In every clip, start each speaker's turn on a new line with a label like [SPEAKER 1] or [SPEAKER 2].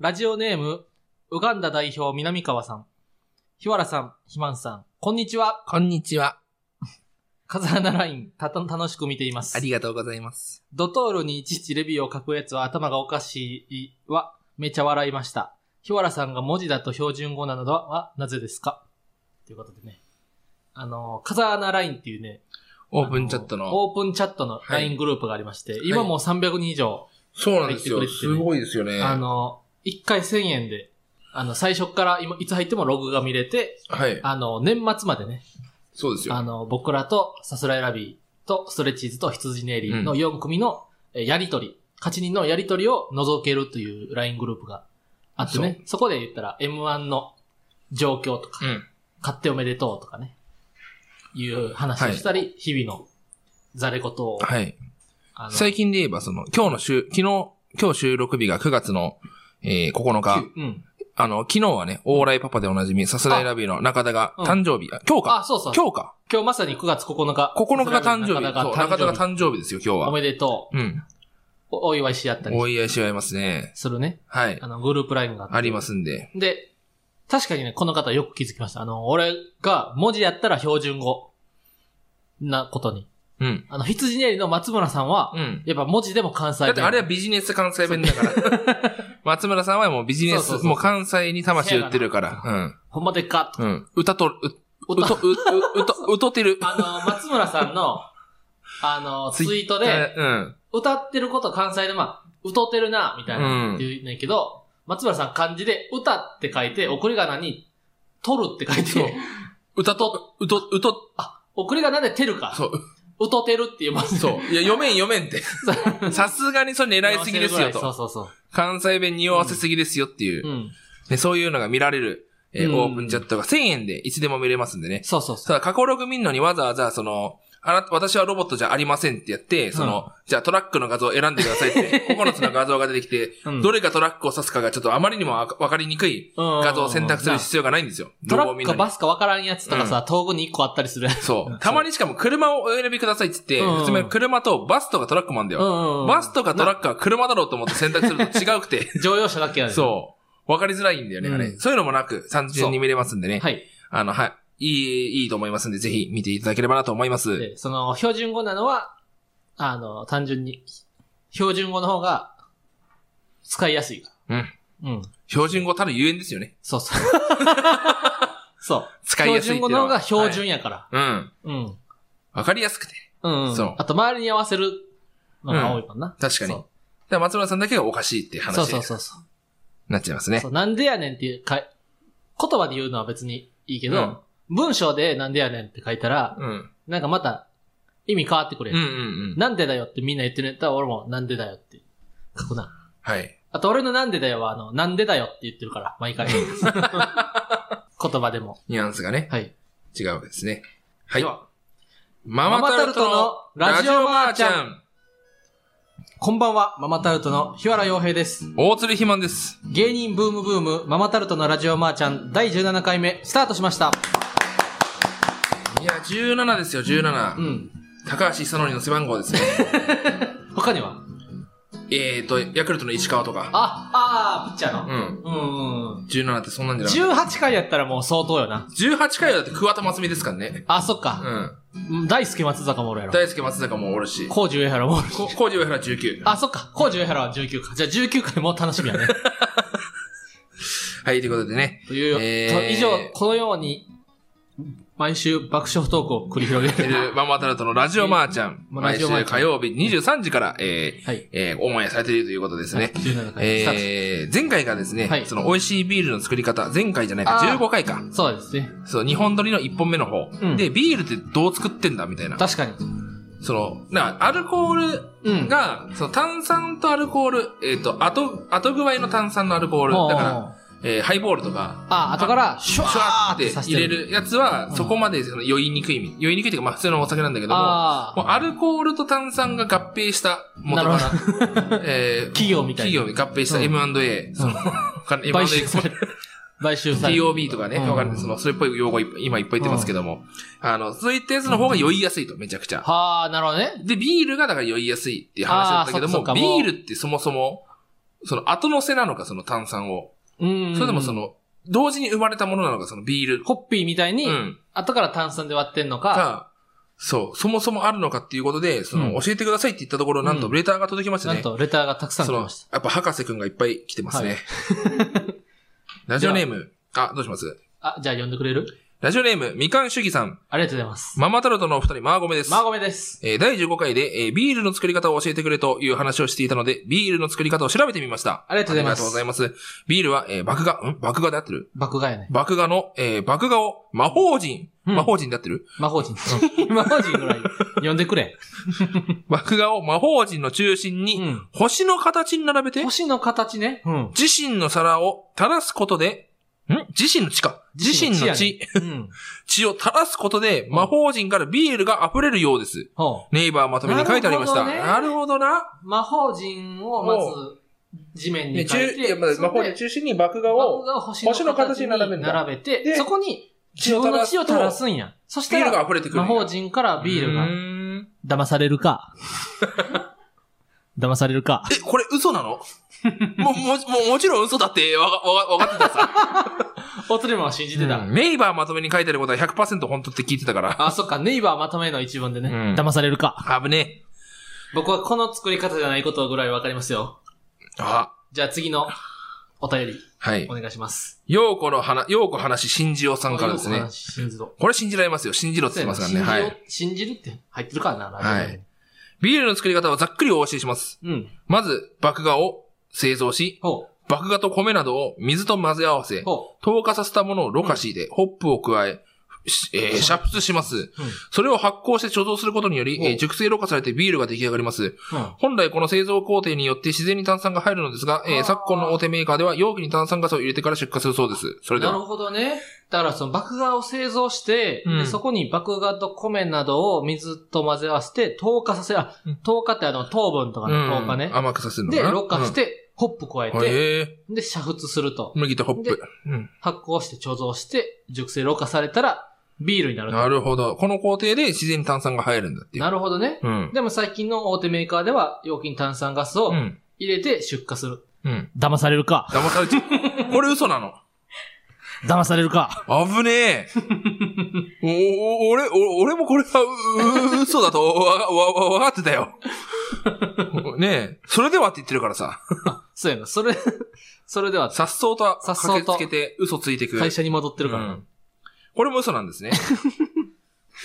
[SPEAKER 1] ラジオネーム、ウガンダ代表南川さん。日原さん、ひまんさん、こんにちは。
[SPEAKER 2] こんにちは。
[SPEAKER 1] 風穴ライン、たた、楽しく見ています
[SPEAKER 2] あ。りがとうございます。
[SPEAKER 1] ドトールにいちいちレビューを書くやつは頭がおかしいは、めちゃ笑いました。日原さんが文字だと標準語なのは、なぜですかということでね。あの、風穴ラインっていうね、
[SPEAKER 2] オープンチャット
[SPEAKER 1] あ
[SPEAKER 2] の。
[SPEAKER 1] オープンチャットの
[SPEAKER 2] はい
[SPEAKER 1] LINE グループがありまして、今もう300人以上、
[SPEAKER 2] そうなんですよ
[SPEAKER 1] 入。ってくれて
[SPEAKER 2] す
[SPEAKER 1] ね
[SPEAKER 2] ごいですよね。
[SPEAKER 1] あの、1回1000円で、あの、最初から今、いつ入ってもログが見れて、
[SPEAKER 2] はい。
[SPEAKER 1] あの、年末までね、
[SPEAKER 2] そうです
[SPEAKER 1] あ
[SPEAKER 2] よ。
[SPEAKER 1] の、僕らとさすらいラビーとストレッチーズと羊ネイリーの
[SPEAKER 2] う
[SPEAKER 1] 4組のえーやりとり、勝ち人のやりとりを覗けるという LINE グループがあってね、そこで言ったら M1 の状況とか、
[SPEAKER 2] うん。
[SPEAKER 1] 買っておめでとうとかね、いう話をしたり、日々のざれ言を、
[SPEAKER 2] はい。
[SPEAKER 1] あの
[SPEAKER 2] 最近で言えば、その、今日の週、昨日、今日収録日が9月の、えー、9日。
[SPEAKER 1] うん。
[SPEAKER 2] あの、昨日はね、オーライパパでおなじみ、サスライラビーの中田が
[SPEAKER 1] うん
[SPEAKER 2] 誕生日、あ今日か。
[SPEAKER 1] あ、そうそう。今日
[SPEAKER 2] 今日か。
[SPEAKER 1] まさに9月9日。
[SPEAKER 2] 9日が誕生日。
[SPEAKER 1] 中田が
[SPEAKER 2] そう、
[SPEAKER 1] 誕
[SPEAKER 2] 中田
[SPEAKER 1] 生
[SPEAKER 2] が
[SPEAKER 1] 日。
[SPEAKER 2] 誕生日ですよ、今
[SPEAKER 1] お
[SPEAKER 2] 日は。
[SPEAKER 1] めでとう。
[SPEAKER 2] うん。
[SPEAKER 1] おお祝いし合ったり
[SPEAKER 2] お祝いし合いますね。
[SPEAKER 1] するね。
[SPEAKER 2] はい。
[SPEAKER 1] あの、グループ LINE があって
[SPEAKER 2] ありますんで。
[SPEAKER 1] で、確かにね、この方よく気づきました。あの、俺が文字やったら標準語なことに。
[SPEAKER 2] うん。
[SPEAKER 1] あの、羊ねりの松村さんは、
[SPEAKER 2] うん。
[SPEAKER 1] やっぱ文字でも関西
[SPEAKER 2] だ
[SPEAKER 1] 弁。
[SPEAKER 2] ってあれはビジネス関西弁だ から。松村さんはもうビジネ
[SPEAKER 1] そうそうそう
[SPEAKER 2] ス、
[SPEAKER 1] そう
[SPEAKER 2] もう関西に魂売ってるから。
[SPEAKER 1] ほんまでっか
[SPEAKER 2] うん。うん。歌と、う、う
[SPEAKER 1] 歌
[SPEAKER 2] と、う、う、うと、うとってる。
[SPEAKER 1] あ の、松村さんの、あの、ツイートで、
[SPEAKER 2] うん。
[SPEAKER 1] 歌ってること関西で、まあ、歌ってるな、みたいな、
[SPEAKER 2] うん
[SPEAKER 1] って言うねんけど、松村さん漢字で、歌って書いて、送り仮名に、取るって書い
[SPEAKER 2] そう
[SPEAKER 1] て、
[SPEAKER 2] 歌と、うと、うと、
[SPEAKER 1] 送り仮名でてるか、
[SPEAKER 2] そう、
[SPEAKER 1] 歌ってるっていう文字。
[SPEAKER 2] そう。いや、読めん読めんって。さすがにそれ狙いすぎです
[SPEAKER 1] そ
[SPEAKER 2] よ
[SPEAKER 1] う
[SPEAKER 2] と。
[SPEAKER 1] そうそう。
[SPEAKER 2] 関西弁匂わせすぎですよっていう
[SPEAKER 1] う。ん。
[SPEAKER 2] ね、そういうのが見られる、えー
[SPEAKER 1] うん
[SPEAKER 2] オープンチャットが1000円でいつでも見れますんでね。
[SPEAKER 1] そうそうそう。
[SPEAKER 2] ただ、過去ログ見んのにわざわざ、その、あなた、私はロボットじゃありませんってやって、その、じゃあトラックの画像を選んでください って、9つの画像が出てきて、
[SPEAKER 1] うん
[SPEAKER 2] どれがトラックを指すかがちょっとあまりにもわかりにくい画像を選択する必要がないんですよ。
[SPEAKER 1] トラ
[SPEAKER 2] ロゴを見
[SPEAKER 1] ッ
[SPEAKER 2] ん
[SPEAKER 1] ク
[SPEAKER 2] の
[SPEAKER 1] かバ
[SPEAKER 2] に
[SPEAKER 1] スか分からんやつとかさ、東具に1個あったりするやつ。
[SPEAKER 2] そう。たまにしかも車をお選びくださいって言って、
[SPEAKER 1] うん
[SPEAKER 2] 普通に車とバスとかトラックもあんだよ。バスとかト
[SPEAKER 1] ッ
[SPEAKER 2] ラックは車だろうと思って選択すると違うくて、
[SPEAKER 1] ク。乗用車だけやねん。
[SPEAKER 2] そう。わかりづらいんだよね、あ
[SPEAKER 1] う
[SPEAKER 2] れ。そういうのもなく、単純に見れますんでね。
[SPEAKER 1] はい。
[SPEAKER 2] あの、はい。いい、いいと思いますんで、ぜひ見ていただければなと思います。
[SPEAKER 1] で、その、標準語なのは、あの、単純に、標準語の方が、使いやすいか
[SPEAKER 2] う
[SPEAKER 1] ら
[SPEAKER 2] ん。
[SPEAKER 1] うん。
[SPEAKER 2] 標準語たるゆえんですよね。
[SPEAKER 1] そうそう。そう。
[SPEAKER 2] 使い
[SPEAKER 1] 標
[SPEAKER 2] やすいってい
[SPEAKER 1] 準
[SPEAKER 2] うの
[SPEAKER 1] 語
[SPEAKER 2] は。
[SPEAKER 1] の方が標準
[SPEAKER 2] はい
[SPEAKER 1] やから。
[SPEAKER 2] うん。
[SPEAKER 1] うん。
[SPEAKER 2] わかりやすくて。
[SPEAKER 1] うんうん。
[SPEAKER 2] そう
[SPEAKER 1] あと、周りに合わせるのが多いかな。
[SPEAKER 2] 確かに。
[SPEAKER 1] そ
[SPEAKER 2] だから松村さんだけがおかしいっていう
[SPEAKER 1] う
[SPEAKER 2] 話
[SPEAKER 1] そうそう
[SPEAKER 2] に
[SPEAKER 1] そうそう。
[SPEAKER 2] なっちゃいますね
[SPEAKER 1] そ。うなんでやねんっていうかい、言葉で言うのは別にいいけど、
[SPEAKER 2] うん
[SPEAKER 1] 文章でなんでやねんって書いたら、
[SPEAKER 2] うん。うん
[SPEAKER 1] なんかまた意味変わってくれ
[SPEAKER 2] うんう
[SPEAKER 1] る、
[SPEAKER 2] ん。
[SPEAKER 1] なんでだよってみんな言ってるんやったら俺もなんでだよって書くな。
[SPEAKER 2] はい。
[SPEAKER 1] あと俺のなんでだよはあの、なんでだよって言ってるから、毎 回。言葉でも。
[SPEAKER 2] ニュアンスがね、
[SPEAKER 1] はい。
[SPEAKER 2] 違うわけですね。はい
[SPEAKER 1] で。は
[SPEAKER 2] ママタルトのラジオマーちゃん。
[SPEAKER 1] こんばんは、ママタルトの日原洋平です。
[SPEAKER 2] 大鶴ひまんです。
[SPEAKER 1] 芸人ブームブーム、ママタルトのラジオマーちゃん第17回目、スタートしました。
[SPEAKER 2] いや、17ですよ、17。
[SPEAKER 1] うん。
[SPEAKER 2] 高橋久典の背番号ですね。
[SPEAKER 1] 他には
[SPEAKER 2] えーと、ヤクルトの石川とか。
[SPEAKER 1] あ、あー、ピッチャーの。
[SPEAKER 2] うん。
[SPEAKER 1] うんうん。
[SPEAKER 2] 17ってそんなんじゃなかっ
[SPEAKER 1] 18回やったらもう相当よな。
[SPEAKER 2] た。18回はだって桑田真澄ですからね。
[SPEAKER 1] あ、そっ
[SPEAKER 2] う
[SPEAKER 1] か。
[SPEAKER 2] ん。
[SPEAKER 1] うん大好き松坂もおるやろ。
[SPEAKER 2] 大輔松坂もおるし。
[SPEAKER 1] コージ上原もおる。
[SPEAKER 2] こ工事上原19。
[SPEAKER 1] あ、そっか。コージ上原は19か。じゃあ19回も楽しみや ね。
[SPEAKER 2] はい、ということでね。
[SPEAKER 1] というよ、
[SPEAKER 2] えー
[SPEAKER 1] と以上、このように、毎週爆笑トークを繰り広げて
[SPEAKER 2] て
[SPEAKER 1] い る。
[SPEAKER 2] るママタルトのラジオマーちゃん。
[SPEAKER 1] まあラ
[SPEAKER 2] 毎
[SPEAKER 1] ジ
[SPEAKER 2] 週
[SPEAKER 1] オマーちゃん
[SPEAKER 2] 火曜日23時から、えー
[SPEAKER 1] はい。
[SPEAKER 2] えー、オンエアされているということですね。
[SPEAKER 1] 17回、スター
[SPEAKER 2] えー、前回がですね、
[SPEAKER 1] はい
[SPEAKER 2] その美味しいビールの作り方、前回じゃない
[SPEAKER 1] あ
[SPEAKER 2] か、
[SPEAKER 1] ー
[SPEAKER 2] 15回か。
[SPEAKER 1] ト。そうですね。
[SPEAKER 2] そう、日本撮りの1本目の方、
[SPEAKER 1] うん
[SPEAKER 2] で、ビールってどう作ってんだみたいな。
[SPEAKER 1] 確かに。
[SPEAKER 2] その、な、アルコー
[SPEAKER 1] うん。
[SPEAKER 2] ルが、その炭酸とアルコール、えっ、と、後、後具合の炭酸のアルコール、
[SPEAKER 1] もう
[SPEAKER 2] だから、えーハイボールとか、
[SPEAKER 1] あ、後から、シ
[SPEAKER 2] シ
[SPEAKER 1] ュ
[SPEAKER 2] ュ
[SPEAKER 1] ワ
[SPEAKER 2] ワ
[SPEAKER 1] ー
[SPEAKER 2] ーっ
[SPEAKER 1] って
[SPEAKER 2] て
[SPEAKER 1] させて
[SPEAKER 2] 入れ。るやつは、そこまでその酔いにくい、酔いにくいというか、まあ普通のお酒なんだけども、
[SPEAKER 1] あ
[SPEAKER 2] もうアルコールと炭酸が合併した元か
[SPEAKER 1] な
[SPEAKER 2] ら
[SPEAKER 1] る、
[SPEAKER 2] えー
[SPEAKER 1] ー、 企業みたい
[SPEAKER 2] 企
[SPEAKER 1] な。
[SPEAKER 2] 業に合併した
[SPEAKER 1] うん
[SPEAKER 2] M&A、その、
[SPEAKER 1] 買
[SPEAKER 2] M&A
[SPEAKER 1] 収され る。買収される。
[SPEAKER 2] TOB とかね、
[SPEAKER 1] うん
[SPEAKER 2] わかんない、その、それっぽい用語いっぱい今いっぱい言ってますけども、あの、そういったやつの方が酔いやすいと、めちゃくちゃ。
[SPEAKER 1] はあ、なるほどね。
[SPEAKER 2] で、ビールがだから酔いやすいっていう話だったけど
[SPEAKER 1] あーそっ
[SPEAKER 2] も、
[SPEAKER 1] かそっか
[SPEAKER 2] ビ
[SPEAKER 1] もう
[SPEAKER 2] ールってそもそも、その後乗せなのか、その炭酸を。
[SPEAKER 1] うん
[SPEAKER 2] それともそ、の、同時に生まれたものなのか、そのビール。
[SPEAKER 1] ホッピーみたいに、
[SPEAKER 2] うん。
[SPEAKER 1] 後から炭酸で割ってんのか、
[SPEAKER 2] が、そう、そもそもあるのかっていうことで、そ
[SPEAKER 1] う
[SPEAKER 2] の、
[SPEAKER 1] ん
[SPEAKER 2] 教えてくださいって言ったところ、なんと、
[SPEAKER 1] うん
[SPEAKER 2] レターが届きました
[SPEAKER 1] な
[SPEAKER 2] ね。
[SPEAKER 1] んとレターがたくさん
[SPEAKER 2] そ
[SPEAKER 1] 来
[SPEAKER 2] の、
[SPEAKER 1] ま
[SPEAKER 2] や
[SPEAKER 1] した。
[SPEAKER 2] っぱ博士くんがいっぱい来てますね。
[SPEAKER 1] は
[SPEAKER 2] ラジオネーム、あ、どうします
[SPEAKER 1] あ、じゃあ呼んでくれる
[SPEAKER 2] ラジオネーム、みかん主義さん、
[SPEAKER 1] ありがとうございます。
[SPEAKER 2] ママタルトのお二人、マーゴメです。
[SPEAKER 1] マーゴメです。
[SPEAKER 2] えー第15回で、えービールの作り方を教えてくれという話をしていたので、ビールの作り方を調べてみました。
[SPEAKER 1] ありがとうございます
[SPEAKER 2] ありがとうございます。ビールは、えー麦芽、ん麦芽で合ってる
[SPEAKER 1] 爆買いやね。
[SPEAKER 2] 麦芽の、えー麦芽を魔法人、
[SPEAKER 1] うん
[SPEAKER 2] 魔法人で合ってる、
[SPEAKER 1] 魔法人。 魔法人ぐらい呼んでくれ。
[SPEAKER 2] 麦芽を魔法人の中心に、
[SPEAKER 1] ん。
[SPEAKER 2] 星の形に並べて、
[SPEAKER 1] 星の形ね。うん。
[SPEAKER 2] 自身の皿を垂らすことで、ん自身の地か。自身の地、
[SPEAKER 1] 自身
[SPEAKER 2] 血
[SPEAKER 1] うん。
[SPEAKER 2] を垂らすことで、
[SPEAKER 1] ん
[SPEAKER 2] 魔法人からビールが溢れるようです。
[SPEAKER 1] ほ
[SPEAKER 2] ネイバーまとめに書いてありました。
[SPEAKER 1] なるほどね
[SPEAKER 2] なるほどな。
[SPEAKER 1] う。魔法人をまず地面に
[SPEAKER 2] ね
[SPEAKER 1] 書い
[SPEAKER 2] 中い
[SPEAKER 1] て、
[SPEAKER 2] やまあ魔法人
[SPEAKER 1] そ
[SPEAKER 2] 中心に麦
[SPEAKER 1] れ
[SPEAKER 2] 芽
[SPEAKER 1] で
[SPEAKER 2] を
[SPEAKER 1] 魔法が星の形に
[SPEAKER 2] 星の形に並べるんだ
[SPEAKER 1] 並べて、
[SPEAKER 2] で
[SPEAKER 1] そこに
[SPEAKER 2] 血
[SPEAKER 1] 自
[SPEAKER 2] を
[SPEAKER 1] 分
[SPEAKER 2] 垂ら
[SPEAKER 1] の
[SPEAKER 2] す
[SPEAKER 1] 血
[SPEAKER 2] と
[SPEAKER 1] を垂らすんや。そし
[SPEAKER 2] ビ
[SPEAKER 1] た
[SPEAKER 2] ールが
[SPEAKER 1] ら、
[SPEAKER 2] 溢れてくるん
[SPEAKER 1] 魔
[SPEAKER 2] や。
[SPEAKER 1] 法人からビール
[SPEAKER 2] う
[SPEAKER 1] が
[SPEAKER 2] ーん
[SPEAKER 1] 騙される か。騙されるか。
[SPEAKER 2] え、これ嘘な のも、も、ももちろん嘘だってわか、わか、わかってた さ。
[SPEAKER 1] おつれも信じてた。
[SPEAKER 2] うんネイバーまとめに書いてあることは100%本当って聞いてたから。
[SPEAKER 1] あ、そっか、ネイバーまとめの一文でね。
[SPEAKER 2] うん
[SPEAKER 1] 騙されるか。
[SPEAKER 2] あぶねえ。
[SPEAKER 1] 僕はこの作り方じゃないことぐらいわかりますよ。
[SPEAKER 2] あ、
[SPEAKER 1] じゃあ次のお便り、
[SPEAKER 2] はい
[SPEAKER 1] お。願いします。
[SPEAKER 2] ようこの話、ようこ話、新次郎さんからです
[SPEAKER 1] お
[SPEAKER 2] ね
[SPEAKER 1] 話。信じろ。
[SPEAKER 2] これ信じられますよ。信じろって言ってますからね。は
[SPEAKER 1] 信じろ
[SPEAKER 2] い。
[SPEAKER 1] 信じるって入ってるからな、ラジオに
[SPEAKER 2] はビールの作り方をざっくりお教えします。
[SPEAKER 1] うん。
[SPEAKER 2] まず、麦芽を製造し、
[SPEAKER 1] ほ
[SPEAKER 2] 麦芽と米などを水と混ぜ合わせ
[SPEAKER 1] う。、ほ
[SPEAKER 2] 糖化させたものをろ過しで、ホップを加え、しえー煮沸します。
[SPEAKER 1] う。うん。
[SPEAKER 2] それを発酵して貯蔵することにより、
[SPEAKER 1] お
[SPEAKER 2] えー熟成ろ過されてビールが出来上がります。
[SPEAKER 1] うん。
[SPEAKER 2] 本来この製造工程によって自然に炭酸が入るのですが、えー
[SPEAKER 1] あー
[SPEAKER 2] 昨今の大手メーカーでは容器に炭酸ガスを入れてから出荷するそうです。それで
[SPEAKER 1] なる
[SPEAKER 2] は。
[SPEAKER 1] ほどね。だからその麦芽を製造して、
[SPEAKER 2] うん
[SPEAKER 1] でそこに麦芽と米などを水と混ぜ合わせて、糖化させ、あ
[SPEAKER 2] うん、
[SPEAKER 1] 糖化ってあの糖分とか
[SPEAKER 2] う
[SPEAKER 1] の糖
[SPEAKER 2] ん
[SPEAKER 1] 化ね。
[SPEAKER 2] 甘くさせるのか
[SPEAKER 1] で、
[SPEAKER 2] な
[SPEAKER 1] ろ過し、て、ホップ加え
[SPEAKER 2] うん
[SPEAKER 1] て、
[SPEAKER 2] へえ
[SPEAKER 1] で、煮沸すると。
[SPEAKER 2] 麦とホッ
[SPEAKER 1] で
[SPEAKER 2] プ。うん
[SPEAKER 1] 発酵して貯蔵して、熟成ろ過されたら、ビールになると。
[SPEAKER 2] なるほど。この工程で自然に炭酸が入るんだっていう。
[SPEAKER 1] なるほどね。
[SPEAKER 2] うん。
[SPEAKER 1] でも最近の大手メーカーでは、容器に炭酸ガスを
[SPEAKER 2] うん。
[SPEAKER 1] 入れて出荷する。
[SPEAKER 2] うん。
[SPEAKER 1] 騙されるか。
[SPEAKER 2] 騙されちゃう。これ嘘なの。
[SPEAKER 1] 騙されるか。
[SPEAKER 2] 危ねえ。お、お、俺、お俺もこれは、う、う嘘だと、わ、わ、わ、わかってたよ。ねえ、それではって言ってるからさ、
[SPEAKER 1] そうやな。それ、 それでは、
[SPEAKER 2] さっそうと
[SPEAKER 1] 颯爽
[SPEAKER 2] 駆
[SPEAKER 1] と
[SPEAKER 2] けつけて嘘ついてくる。
[SPEAKER 1] 会社に戻ってるから
[SPEAKER 2] う
[SPEAKER 1] な。
[SPEAKER 2] んこれも嘘なんですね。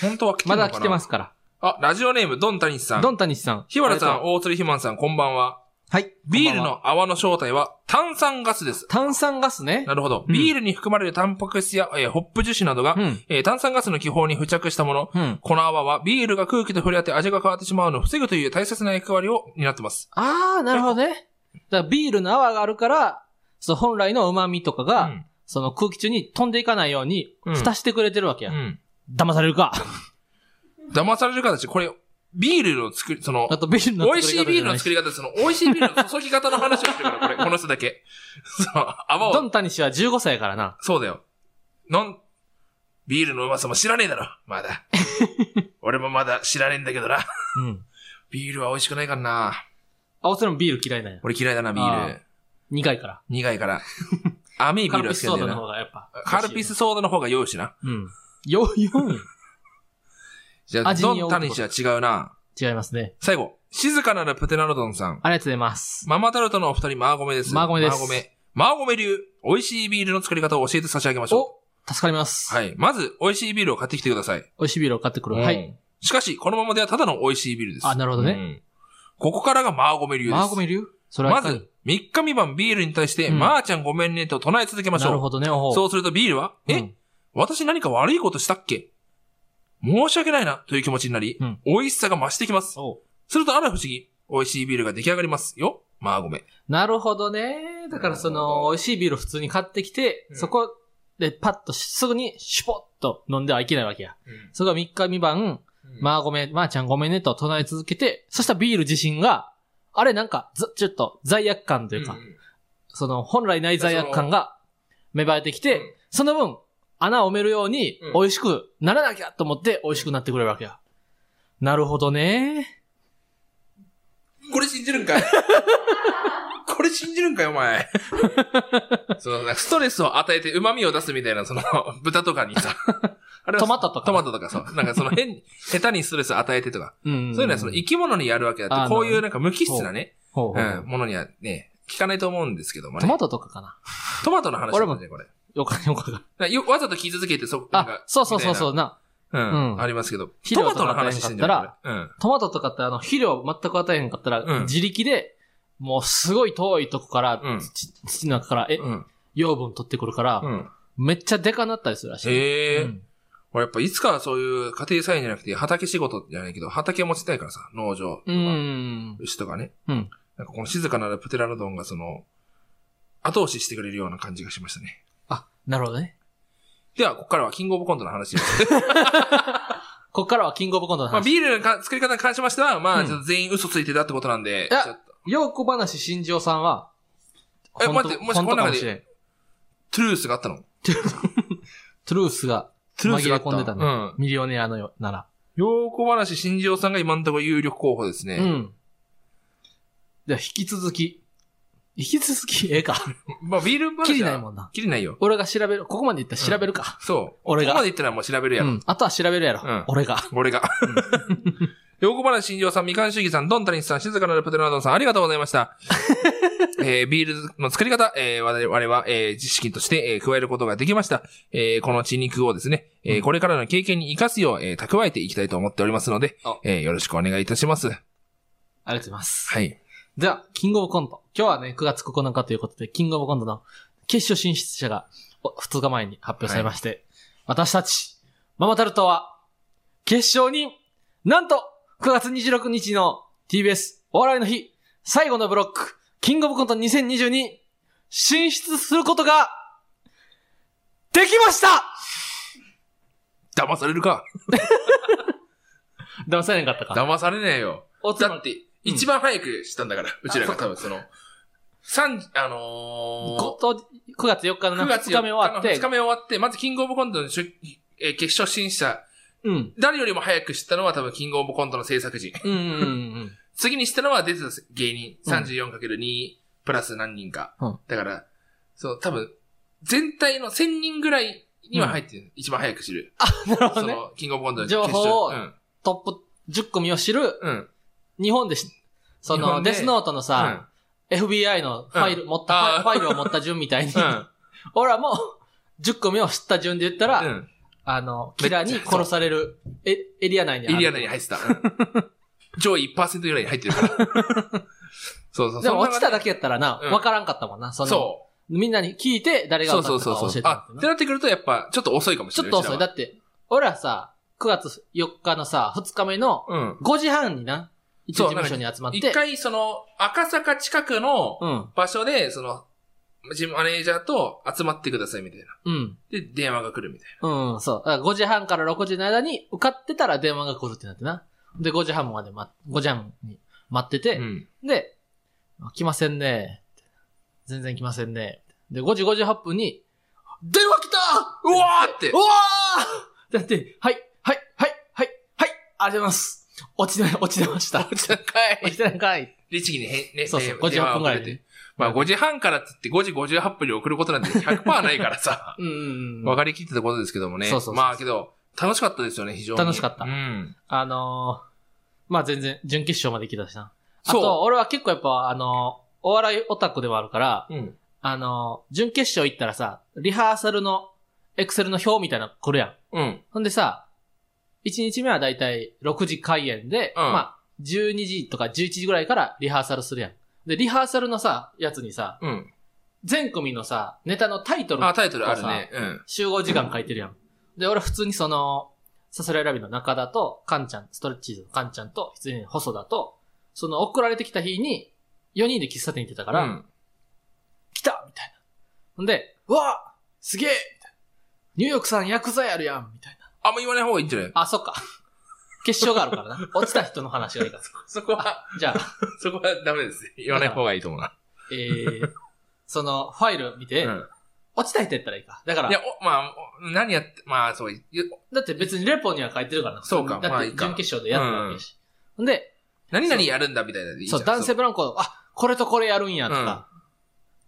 [SPEAKER 2] 本当は来てる
[SPEAKER 1] ま
[SPEAKER 2] のかな
[SPEAKER 1] だ来てますから。
[SPEAKER 2] あ、ラジオネーム、ドンタニシさん。
[SPEAKER 1] ドンタニシさん。
[SPEAKER 2] 日原さ
[SPEAKER 1] あり
[SPEAKER 2] ん、
[SPEAKER 1] がとう。
[SPEAKER 2] 大鶴ひまんさん、こんばんは。
[SPEAKER 1] はい。
[SPEAKER 2] ビール
[SPEAKER 1] こんばんは。
[SPEAKER 2] の泡の正体は炭酸ガスです。
[SPEAKER 1] 炭酸ガスね。
[SPEAKER 2] なるほど。
[SPEAKER 1] うん
[SPEAKER 2] ビールに含まれるタンパク質や、えーホップ樹脂などが、
[SPEAKER 1] うん。
[SPEAKER 2] えー炭酸ガスの気泡に付着したもの、
[SPEAKER 1] うん。
[SPEAKER 2] この泡はビールが空気と触れ合って味が変わってしまうのを防ぐという大切な役割を担ってます。
[SPEAKER 1] あー、なるほどね。だからビールの泡があるから、そう本来の旨味とかが、
[SPEAKER 2] うん
[SPEAKER 1] その空気中に飛んでいかないように、
[SPEAKER 2] うん
[SPEAKER 1] 蓋してくれてるわけや。
[SPEAKER 2] うん。
[SPEAKER 1] 騙されるか。
[SPEAKER 2] 騙される形、これ、ビールの作り、その
[SPEAKER 1] あ、とビールの
[SPEAKER 2] 美味しいビールの作
[SPEAKER 1] り
[SPEAKER 2] り方、その、美味しいビ ールの注ぎ方の話をしてるから、これ、この人だけ。 そう、泡
[SPEAKER 1] 方。ド
[SPEAKER 2] を、
[SPEAKER 1] ンタニシは15歳やからな。
[SPEAKER 2] そうだよ。なん、ビールのうまさも知らねえだろ、まだ。俺もまだ知らねえんだけどな。
[SPEAKER 1] うん。
[SPEAKER 2] ビールは美味しくないからな。
[SPEAKER 1] 青瀬のビール嫌いなんや。
[SPEAKER 2] 俺嫌いだな、ビー
[SPEAKER 1] あー
[SPEAKER 2] ル。
[SPEAKER 1] 苦いから。
[SPEAKER 2] 苦 いから。甘いビ
[SPEAKER 1] カ
[SPEAKER 2] ール
[SPEAKER 1] ル
[SPEAKER 2] は
[SPEAKER 1] ピ
[SPEAKER 2] 好
[SPEAKER 1] ス
[SPEAKER 2] き
[SPEAKER 1] ソー
[SPEAKER 2] なんだ
[SPEAKER 1] ダの
[SPEAKER 2] よな。
[SPEAKER 1] 方がやっぱ。
[SPEAKER 2] カルピスソーダの方が良いしな。
[SPEAKER 1] うん。よ、よ、
[SPEAKER 2] じゃあ、
[SPEAKER 1] 味に酔うってこ
[SPEAKER 2] ドン
[SPEAKER 1] と
[SPEAKER 2] タニシは違うな。
[SPEAKER 1] 違いますね。
[SPEAKER 2] 最後、静かなるプテナロドンさん。
[SPEAKER 1] ありがとうございます。
[SPEAKER 2] ママタルトのお二人、マーゴメです。
[SPEAKER 1] マーゴメです
[SPEAKER 2] マーゴメ。マーゴメ流、美味しいビールの作り方を教えて差し上げましょ
[SPEAKER 1] お助かります。
[SPEAKER 2] う。はい。まず、美味しいビールを買ってきてください。
[SPEAKER 1] 美味しいビールを買ってくる。はい。
[SPEAKER 2] い。しかし、このままではただの美味しいビールです。
[SPEAKER 1] あなるほどね
[SPEAKER 2] うんここからがマーゴメ流です。
[SPEAKER 1] マーゴメ流それはい
[SPEAKER 2] ま
[SPEAKER 1] かに
[SPEAKER 2] ず、3日三晩ビールに対して、
[SPEAKER 1] うん
[SPEAKER 2] まーちゃんごめんねと唱え続けまし
[SPEAKER 1] なる
[SPEAKER 2] ょ
[SPEAKER 1] ほどね。お
[SPEAKER 2] う。
[SPEAKER 1] ほ
[SPEAKER 2] そうするとビールは、
[SPEAKER 1] うん
[SPEAKER 2] え、私何か悪いことしたっけ申し訳ないなという気持ちになり、
[SPEAKER 1] うん
[SPEAKER 2] 美味しさが増してきます。
[SPEAKER 1] お
[SPEAKER 2] するとあら不思議、美味しいビールが出来上がりますよ。マーゴメ。
[SPEAKER 1] なるほどね。だからそ
[SPEAKER 2] なるほど
[SPEAKER 1] の、美味しいビールを普通に買ってきて、
[SPEAKER 2] うん
[SPEAKER 1] そこでパッとすぐにシュポッと飲んではいけないわけや。それが3日3晩、
[SPEAKER 2] あ、
[SPEAKER 1] まあごめん、まあちゃんごめんねと唱え続けて、そしたらビール自身が、あれなんか、ず、ちょっと罪悪感というか、その本来ない罪悪感が芽生えてきて、
[SPEAKER 2] うん
[SPEAKER 1] その分、穴を埋めるように
[SPEAKER 2] うん
[SPEAKER 1] 美味しくならなきゃと思って美味しくなってくれるわけや。なるほどね。
[SPEAKER 2] これ信じるんかいここれ信じるんかよ、お前。そのなんかストレスを与えて旨味を出すみたいな、その、豚とかに さ。あれは
[SPEAKER 1] トマトとか
[SPEAKER 2] トマトとかそう。なんかその変に、下手にストレスを与えてとか。
[SPEAKER 1] うんうん
[SPEAKER 2] そういうのはその生き物にやるわけだ
[SPEAKER 1] あ
[SPEAKER 2] っ
[SPEAKER 1] ー
[SPEAKER 2] て、こういうなんか無機質なね、
[SPEAKER 1] ほうほ
[SPEAKER 2] う、
[SPEAKER 1] うん
[SPEAKER 2] ものにはね、効かないと思うんですけども
[SPEAKER 1] ト
[SPEAKER 2] ね。
[SPEAKER 1] マトとかかな。
[SPEAKER 2] トマトの話だ
[SPEAKER 1] 俺
[SPEAKER 2] も
[SPEAKER 1] も
[SPEAKER 2] ね、これ。
[SPEAKER 1] よかよかが。
[SPEAKER 2] なよわざと傷つけて、そ、なん
[SPEAKER 1] あ
[SPEAKER 2] か、、
[SPEAKER 1] そうそうそうそうな。
[SPEAKER 2] うん、
[SPEAKER 1] うん
[SPEAKER 2] ありますけど。
[SPEAKER 1] 肥
[SPEAKER 2] ト
[SPEAKER 1] 料
[SPEAKER 2] マ
[SPEAKER 1] と
[SPEAKER 2] ト
[SPEAKER 1] か
[SPEAKER 2] の
[SPEAKER 1] 与えへん
[SPEAKER 2] 話し
[SPEAKER 1] か
[SPEAKER 2] て
[SPEAKER 1] っ
[SPEAKER 2] ん
[SPEAKER 1] た
[SPEAKER 2] だよ
[SPEAKER 1] ら、
[SPEAKER 2] これうん。
[SPEAKER 1] トマトとかってあの、肥料全く与えへんかったら、
[SPEAKER 2] うん
[SPEAKER 1] 自力で、もうすごい遠いとこから、
[SPEAKER 2] うん
[SPEAKER 1] 土土の中から、え、
[SPEAKER 2] うん。
[SPEAKER 1] 養分取ってくるから、
[SPEAKER 2] うん。
[SPEAKER 1] めっちゃでかなったりするらしい。
[SPEAKER 2] へえ、
[SPEAKER 1] うん
[SPEAKER 2] 俺やっぱいつかはそういう家庭菜園じゃなくて畑仕事じゃないけど、畑持ちたいからさ、農場とか、
[SPEAKER 1] うん。
[SPEAKER 2] 牛とかね。
[SPEAKER 1] うん
[SPEAKER 2] なんかこの静かなるプテラノドンがその、後押ししてくれるような感じがしましたね。
[SPEAKER 1] あ、なるほどね。
[SPEAKER 2] では、ここからはキングオブコントの話です。
[SPEAKER 1] こっからはキングオブコントの
[SPEAKER 2] まあ、
[SPEAKER 1] 話。
[SPEAKER 2] ビールのか作り方に関しましては、ま
[SPEAKER 1] う
[SPEAKER 2] あ、
[SPEAKER 1] ん
[SPEAKER 2] ちょっと全員嘘ついてたってことなんで、
[SPEAKER 1] いや
[SPEAKER 2] ちょっと
[SPEAKER 1] ようこ話新庄さんは、
[SPEAKER 2] え
[SPEAKER 1] 本当
[SPEAKER 2] 待ってもし
[SPEAKER 1] 本当
[SPEAKER 2] この
[SPEAKER 1] か
[SPEAKER 2] 中
[SPEAKER 1] も
[SPEAKER 2] で
[SPEAKER 1] しれん。
[SPEAKER 2] トゥルースがあったの
[SPEAKER 1] トゥルースが
[SPEAKER 2] トゥルース
[SPEAKER 1] 紛
[SPEAKER 2] が
[SPEAKER 1] れ
[SPEAKER 2] あった。
[SPEAKER 1] 込んでたね
[SPEAKER 2] うん。
[SPEAKER 1] ミリオネアのよなら。
[SPEAKER 2] 洋子話新庄さんが今のところ有力候補ですね。
[SPEAKER 1] うん。じゃあ引き続き。引き続き、ええか。
[SPEAKER 2] まあ、ビール話は。
[SPEAKER 1] きりないもんな。
[SPEAKER 2] 切れないよ。
[SPEAKER 1] 俺が調べる、ここまでいったら調べるか。
[SPEAKER 2] そう。
[SPEAKER 1] 俺が
[SPEAKER 2] ここまで言ったらもう調べる
[SPEAKER 1] う
[SPEAKER 2] や
[SPEAKER 1] ん。
[SPEAKER 2] ろ。
[SPEAKER 1] あとは調べるやろ。
[SPEAKER 2] うん
[SPEAKER 1] 俺が。
[SPEAKER 2] 俺が。洋子話新庄さん、みかん主義さん、ドンタニスさん、静かなるプテラナドンさん、ありがとうござい ました。えービールの作り方、えー我々は、えー知識として、えー加えることができました。えーこの血肉をですね、えー
[SPEAKER 1] うん
[SPEAKER 2] これからの経験に活かすよう、えー蓄えていきたいと思っておりますので
[SPEAKER 1] あ、
[SPEAKER 2] えーよろしくお願いいたします。
[SPEAKER 1] ありがとうございます。
[SPEAKER 2] はい。
[SPEAKER 1] では、キングオブコント。今日はね、9月9日ということで、キングオブコントの決勝進出者がお2日前に発表されまして、私たち、ママタルトは、決勝に、なんと、9月26日の TBS お笑いの日、最後のブロック、キングオブコント2022、進出することが、できました
[SPEAKER 2] 騙されるか。
[SPEAKER 1] 騙されなかったか。
[SPEAKER 2] 騙されねえよ。
[SPEAKER 1] おつ
[SPEAKER 2] だ
[SPEAKER 1] ま
[SPEAKER 2] って、一番早く知ったんだから、うちら
[SPEAKER 1] あそ
[SPEAKER 2] が
[SPEAKER 1] っか
[SPEAKER 2] 多分その、三、あの
[SPEAKER 1] こと9月4日
[SPEAKER 2] ー、
[SPEAKER 1] の2日目終わっ
[SPEAKER 2] 4
[SPEAKER 1] て
[SPEAKER 2] 日の二日、目終わって、まずキングオブコントの初えー決勝進出者、
[SPEAKER 1] うん。
[SPEAKER 2] 誰よりも早く知ったのは多分キングオブコントの制作陣。
[SPEAKER 1] うんうんうん
[SPEAKER 2] 次に知ったのは出てた芸人、
[SPEAKER 1] うん
[SPEAKER 2] 34×2 プラス何人か。
[SPEAKER 1] うん
[SPEAKER 2] だから、そう、多分、全体の1000人ぐらいには入ってる。一番早く知る。
[SPEAKER 1] うん。なるほ
[SPEAKER 2] そ
[SPEAKER 1] どね。
[SPEAKER 2] の、キングオブコントの
[SPEAKER 1] 情
[SPEAKER 2] 決勝。
[SPEAKER 1] 報を
[SPEAKER 2] うん。
[SPEAKER 1] トップ10組を知る
[SPEAKER 2] うん。
[SPEAKER 1] 日本でし、そ
[SPEAKER 2] 日本
[SPEAKER 1] の、
[SPEAKER 2] で
[SPEAKER 1] デスノートのさ、FBI のファイル、持った、
[SPEAKER 2] あー
[SPEAKER 1] ファイルを持った順みたいに、
[SPEAKER 2] うん。うん。
[SPEAKER 1] 俺はもう、10個目を知った順で言ったら、
[SPEAKER 2] うん。
[SPEAKER 1] あの、キラーに殺される、え、エリア内にあ
[SPEAKER 2] エ
[SPEAKER 1] る。
[SPEAKER 2] リア内に入ってた。上位1%ぐらいに入って るから。そうそう。
[SPEAKER 1] でも落ちた
[SPEAKER 2] だ
[SPEAKER 1] だけやったらな、
[SPEAKER 2] うん
[SPEAKER 1] わからんかったもんな。その、
[SPEAKER 2] そ
[SPEAKER 1] みんなに聞いて
[SPEAKER 2] う。
[SPEAKER 1] 誰が
[SPEAKER 2] そう
[SPEAKER 1] 分か
[SPEAKER 2] そ
[SPEAKER 1] っ
[SPEAKER 2] う
[SPEAKER 1] たか
[SPEAKER 2] そう
[SPEAKER 1] 教
[SPEAKER 2] そ
[SPEAKER 1] え
[SPEAKER 2] う。
[SPEAKER 1] てもらっ、て
[SPEAKER 2] あっ
[SPEAKER 1] な
[SPEAKER 2] てなってくるとやっぱちょっと遅いかもし
[SPEAKER 1] ち
[SPEAKER 2] れ
[SPEAKER 1] ょっ
[SPEAKER 2] ない。
[SPEAKER 1] と遅い。だ
[SPEAKER 2] て。
[SPEAKER 1] って、俺はさ、9月4日のさ、2日目の
[SPEAKER 2] うん。
[SPEAKER 1] 5時半にな、一
[SPEAKER 2] そう
[SPEAKER 1] 応事務所に集まって、
[SPEAKER 2] 一回その赤坂近くの
[SPEAKER 1] うん、
[SPEAKER 2] 場所で、その、ジムマネージャーと集まってくださいみたいな。
[SPEAKER 1] うん。
[SPEAKER 2] で、電話が来るみたい
[SPEAKER 1] うん、そう。だから5時半から6時の間に受かってたら電話が来るってなってな。で、5時半まで待っ、5時半に待ってて、
[SPEAKER 2] な。うん。
[SPEAKER 1] で、あ来ませんね。全然来ませんね。で、5時58分に、電話来た
[SPEAKER 2] うわーって
[SPEAKER 1] うわーだって、はい、はい、はい、はい、はい、ありがとうございます。落ちて、落ちてま した。落
[SPEAKER 2] ちたんかい
[SPEAKER 1] ちてないかい。
[SPEAKER 2] 律儀にへんね、
[SPEAKER 1] そうそう
[SPEAKER 2] ね
[SPEAKER 1] 5時
[SPEAKER 2] 電話
[SPEAKER 1] 8分ぐらい
[SPEAKER 2] を
[SPEAKER 1] に
[SPEAKER 2] くれて。まあ5時半からって言って5時58分に送ることなんて100%ないからさ。
[SPEAKER 1] うんうんう
[SPEAKER 2] 分
[SPEAKER 1] ん。
[SPEAKER 2] かりきってたことですけどもね。
[SPEAKER 1] そうそうそう
[SPEAKER 2] まあけど、楽しかったですよね、非常に。
[SPEAKER 1] 楽しかった
[SPEAKER 2] うん。
[SPEAKER 1] あのー、まあ全然、準決勝まで来たしな。あと、
[SPEAKER 2] そ
[SPEAKER 1] 俺は結構やっぱ、あのー、お笑いオタクではあるから、
[SPEAKER 2] う。うん。
[SPEAKER 1] あの、準決勝行ったらさ、リハーサルの、エクセルの表みたいなの来るやん。
[SPEAKER 2] うん。
[SPEAKER 1] ほんでさ、1日目はだいたい6時開演で、
[SPEAKER 2] うん
[SPEAKER 1] まあ、12時とか11時ぐらいからリハーサルするやん。で、リハーサルのさ、やつにさ、
[SPEAKER 2] うん。
[SPEAKER 1] 全組のさ、ネタのタイトル、
[SPEAKER 2] あ、タイトルあるね。うん。
[SPEAKER 1] 集合時間書いてるやん。で、俺普通にその、サスライラビの中田と、カンちゃん、ストレッチーズのカンちゃんと、羊の細田と、その送られてきた日に、4人で喫茶店行ってたから、
[SPEAKER 2] うん
[SPEAKER 1] 来たみたいな。ほんで、うわすげえみたいなニューヨークさんヤクザやるやんみたいな。
[SPEAKER 2] あんま言わない方がいいんじゃない
[SPEAKER 1] あ、そっか。決勝があるからな。落ちた人の話がいいから。
[SPEAKER 2] そこは、
[SPEAKER 1] じゃあ、
[SPEAKER 2] そこはダメです。言わない方がいいと思うな。
[SPEAKER 1] えー、その、ファイル見て、
[SPEAKER 2] うん
[SPEAKER 1] 落ちた人やったらいいか。だから
[SPEAKER 2] い、や、おまあ、お何やって、まあ、そう、い
[SPEAKER 1] だって別にレポには書いてるからな。
[SPEAKER 2] そうかま
[SPEAKER 1] だ
[SPEAKER 2] あ
[SPEAKER 1] っ
[SPEAKER 2] いい
[SPEAKER 1] て
[SPEAKER 2] か
[SPEAKER 1] 準決勝でやったわけやし。ほんで、
[SPEAKER 2] 何々やるんだみたいなのでいいじゃ
[SPEAKER 1] そう、
[SPEAKER 2] ん
[SPEAKER 1] 男性ブランコ、あ、これとこれやるんやとか、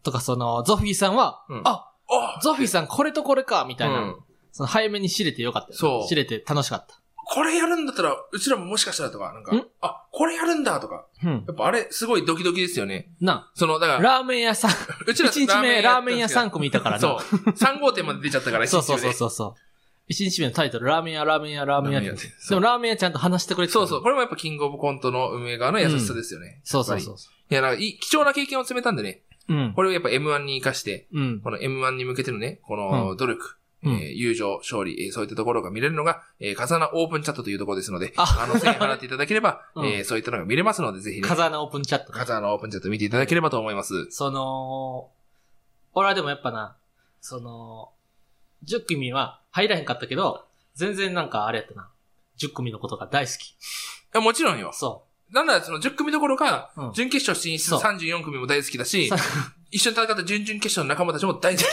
[SPEAKER 1] とか、その、ゾフィーさんは、
[SPEAKER 2] うん
[SPEAKER 1] あ、
[SPEAKER 2] あ
[SPEAKER 1] ゾフィーさんこれとこれか、みたいな。
[SPEAKER 2] うん
[SPEAKER 1] その早めに知れてよかったよね
[SPEAKER 2] そう
[SPEAKER 1] 知れて楽しかった。
[SPEAKER 2] これやるんだったら、うちらももしかしたらとか、なんか
[SPEAKER 1] ん、
[SPEAKER 2] あ、これやるんだとか。
[SPEAKER 1] うん。
[SPEAKER 2] やっぱあれ、すごいドキドキですよね。
[SPEAKER 1] な
[SPEAKER 2] その、だか
[SPEAKER 1] あ、
[SPEAKER 2] ら、
[SPEAKER 1] ラーメン屋さん、
[SPEAKER 2] う ちら
[SPEAKER 1] 一日目ラーメン屋3
[SPEAKER 2] 個
[SPEAKER 1] 組いたからな。
[SPEAKER 2] そう。3号店まで出ちゃったから、一日
[SPEAKER 1] そ
[SPEAKER 2] 目
[SPEAKER 1] う
[SPEAKER 2] で
[SPEAKER 1] そうそうそうそう。一日目のタイトル、ラーメン屋、ラーメン屋、ラーメン屋って
[SPEAKER 2] ラーメン屋
[SPEAKER 1] でもラーメン屋ちゃんと話してくれてた
[SPEAKER 2] そ
[SPEAKER 1] の
[SPEAKER 2] うそう。これもやっぱキングオブコントの運営側の優しさですよね。
[SPEAKER 1] そうそうそうそ
[SPEAKER 2] いや、なんかいい、貴重な経験を積めたんでね。
[SPEAKER 1] う。うん。
[SPEAKER 2] これをやっぱ M1 に活かして、
[SPEAKER 1] うん。
[SPEAKER 2] この M1 に向けてのね、この努力、
[SPEAKER 1] うん
[SPEAKER 2] えー友情、勝利、えーそういったところが見れるのが、えー、カザナオープンチャットというところですので、
[SPEAKER 1] あ
[SPEAKER 2] あの、1000円払っていただければ、
[SPEAKER 1] うん
[SPEAKER 2] えーそういったのが見れますので、ぜひね
[SPEAKER 1] カ、ザーナオープンチャットね。
[SPEAKER 2] カザナオープンチャット見ていただければと思います。
[SPEAKER 1] その、俺はでもやっぱな、その、10組は入らへんかったけど、全然なんかあれやったな。10組のことが大好き。
[SPEAKER 2] いやもちろんよ。
[SPEAKER 1] そ
[SPEAKER 2] なんならその10組どころか、
[SPEAKER 1] うん
[SPEAKER 2] 準決勝進出
[SPEAKER 1] そう
[SPEAKER 2] 34組も大好きだし
[SPEAKER 1] そう、
[SPEAKER 2] 一緒に戦った準々決勝の仲間たちも大 好き。
[SPEAKER 1] う。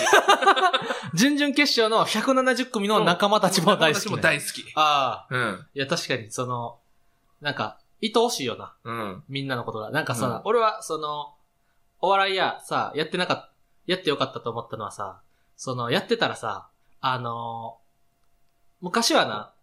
[SPEAKER 1] 準々決勝の170組の仲間たちも大好き、
[SPEAKER 2] 仲間たちも
[SPEAKER 1] ね。
[SPEAKER 2] 大好き。
[SPEAKER 1] ああ。
[SPEAKER 2] うん。
[SPEAKER 1] いや、確かに、その、なんか、愛おしいよな。
[SPEAKER 2] うん。
[SPEAKER 1] みんなのことが。なんかさ、
[SPEAKER 2] うん
[SPEAKER 1] 俺は、その、お笑いや、さ、やってなかった、やってよかったと思ったのはさ、その、やってたらさ、あのー昔はな、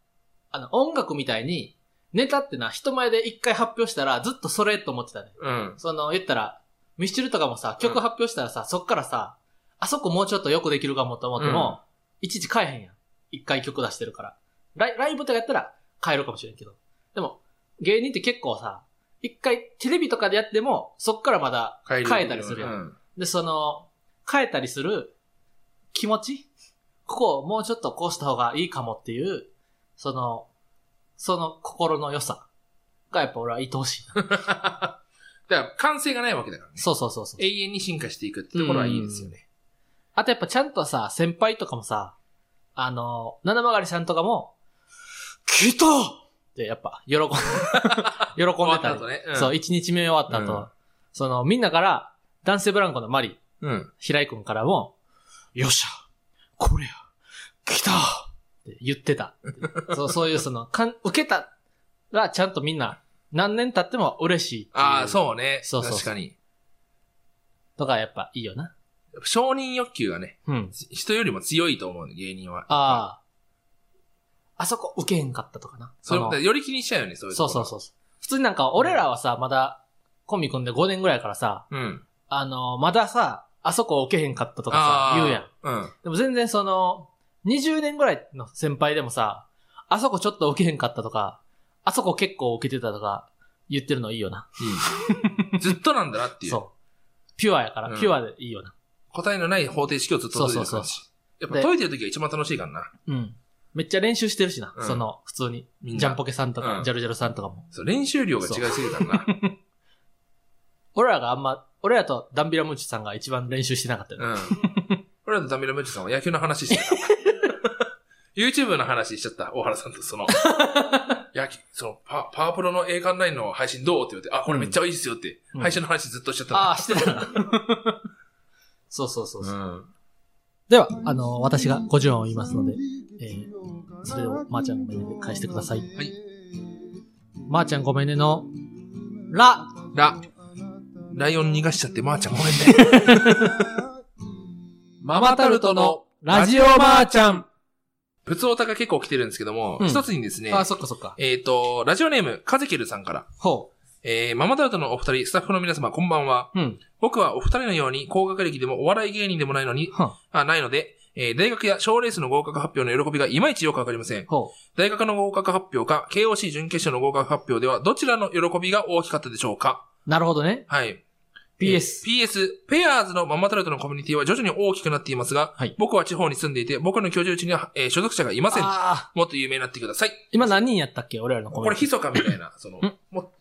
[SPEAKER 1] あの、音楽みたいに、ネタってな、人前で一回発表したら、ずっとそれと思ってたね。
[SPEAKER 2] うん。
[SPEAKER 1] その、言ったら、ミスチルとかもさ、曲発表したらさ、そっからさ、あそこもうちょっとよくできるかもと思っても、いちいち変えへんやん。一回曲出してるから。ライライブとかやったら変えるかもしれんけど。でも、芸人って結構さ、一回テレビとかでやっても、そっからまだ変えたりするやん。
[SPEAKER 2] うん。
[SPEAKER 1] で、その、変えたりする気持ちここをもうちょっとこうした方がいいかもっていう、その、その心の良さがやっぱ俺は愛おしいな。
[SPEAKER 2] だから、完成がないわけだからね。
[SPEAKER 1] そうそうそうそう。
[SPEAKER 2] 永遠に進化していくってところはいいですよね。
[SPEAKER 1] あとやっぱちゃんとさ、先輩とかもさ、あの、七曲りさんとかも、聞いたってやっぱ、 喜ん、喜んでたり。
[SPEAKER 2] 終わね。
[SPEAKER 1] そう、一日目終わった後、
[SPEAKER 2] うん
[SPEAKER 1] その、みんなから、男性ブランコのマリ、
[SPEAKER 2] うん。うん。
[SPEAKER 1] 平井くんからも、よっしゃ、これや、来たって言って た。そう、そういうその、かん、受けたら、ちゃんとみんな、何年経っても嬉しい
[SPEAKER 2] ああ、
[SPEAKER 1] う。
[SPEAKER 2] そうね。
[SPEAKER 1] そうそうそう
[SPEAKER 2] 確かに。
[SPEAKER 1] とかやっぱいいよな。
[SPEAKER 2] 承認欲求がね、
[SPEAKER 1] うん。
[SPEAKER 2] 人よりも強いと思うね、芸人は。
[SPEAKER 1] ああ。あそこ受けへんかったとかな。
[SPEAKER 2] それ
[SPEAKER 1] の
[SPEAKER 2] だからより気にしちゃうよね、そういう
[SPEAKER 1] そうそうそうそう。普通になんか、俺らはさ、まだ、コンビ組んで5年ぐらいからさ、
[SPEAKER 2] う。うん。
[SPEAKER 1] あの、まださ、あそこ受けへんかったとかさ、
[SPEAKER 2] あー
[SPEAKER 1] 言うやん。。
[SPEAKER 2] うん。
[SPEAKER 1] でも全然その、20年ぐらいの先輩でもさ、あそこちょっと受けへんかったとか、あそこ結構受けてたとか、言ってるのいいよな。
[SPEAKER 2] うん ずっとなんだなっていう。
[SPEAKER 1] そう。ピュアやから、
[SPEAKER 2] うん
[SPEAKER 1] ピュアでいいよな。
[SPEAKER 2] 答えのない方程式をずっと解いてる
[SPEAKER 1] そう
[SPEAKER 2] 感
[SPEAKER 1] そう
[SPEAKER 2] じ。やっ
[SPEAKER 1] で
[SPEAKER 2] ぱ解いてる時が一番楽しいからな。
[SPEAKER 1] うん。めっちゃ練習してるしな、
[SPEAKER 2] うん
[SPEAKER 1] その、普通に。
[SPEAKER 2] みんな。
[SPEAKER 1] ジャンポケさんとか、
[SPEAKER 2] うん
[SPEAKER 1] ジャルジャルさんとかも。
[SPEAKER 2] そう、練習量が違いすぎたんだ。
[SPEAKER 1] 俺らがあんま、俺らとダンビラムーチさんが一番練習してなかったよね。
[SPEAKER 2] うん。俺らとダミラムチさんは野球の話してた。YouTube の話しちゃった、大原さんと その、野球、そのパ、パワープロの栄冠ラインの配信どうって言われて、あ、これめっちゃいいっすよって、
[SPEAKER 1] うん
[SPEAKER 2] 配信の話ずっとしちゃったの。
[SPEAKER 1] ああ、してた な。そうそうそうそう。
[SPEAKER 2] うん。
[SPEAKER 1] では、あの、私が50音を言いますので、えーそれをまーちゃんごめんねで返してください。
[SPEAKER 2] はい。
[SPEAKER 1] まー、ちゃんごめんねの、ラ、
[SPEAKER 2] ラ、ライオン逃がしちゃって、まー、ちゃん ごめんね。ママタルトの、
[SPEAKER 1] ラジオまーちゃん。
[SPEAKER 2] 仏オタが結構来てるんですけども、
[SPEAKER 1] うん
[SPEAKER 2] 一つにですね
[SPEAKER 1] あ、ー、そっかそっか。
[SPEAKER 2] えっ、と、ラジオネーム、カゼキルさんから、
[SPEAKER 1] ほ
[SPEAKER 2] えー、ママタルトのお二人、スタッフの皆様、こんばんは。
[SPEAKER 1] う。うん。
[SPEAKER 2] 僕はお二人のように高学歴でもお笑い芸人でもないのに、
[SPEAKER 1] は
[SPEAKER 2] あないので、えー大学や賞レースの合格発表の喜びがいまいちよくわかりません。
[SPEAKER 1] ほ
[SPEAKER 2] 大学の合格発表か、KOC 準決勝の合格発表では、どちらの喜びが大きかったでしょうか
[SPEAKER 1] う。なるほどね。
[SPEAKER 2] はい。
[SPEAKER 1] PS。
[SPEAKER 2] えー PS、ペアーズのママタルトのコミュニティは徐々に大きくなっていますが、
[SPEAKER 1] はい
[SPEAKER 2] 僕は地方に住んでいて、僕の居住地には、えー所属者がいません。
[SPEAKER 1] ああ、
[SPEAKER 2] もっと有名になってください。
[SPEAKER 1] 今何人やったっけ俺らのコ
[SPEAKER 2] こ
[SPEAKER 1] メン
[SPEAKER 2] れ、
[SPEAKER 1] ト。
[SPEAKER 2] ひそかみたいな、その
[SPEAKER 1] ん、
[SPEAKER 2] も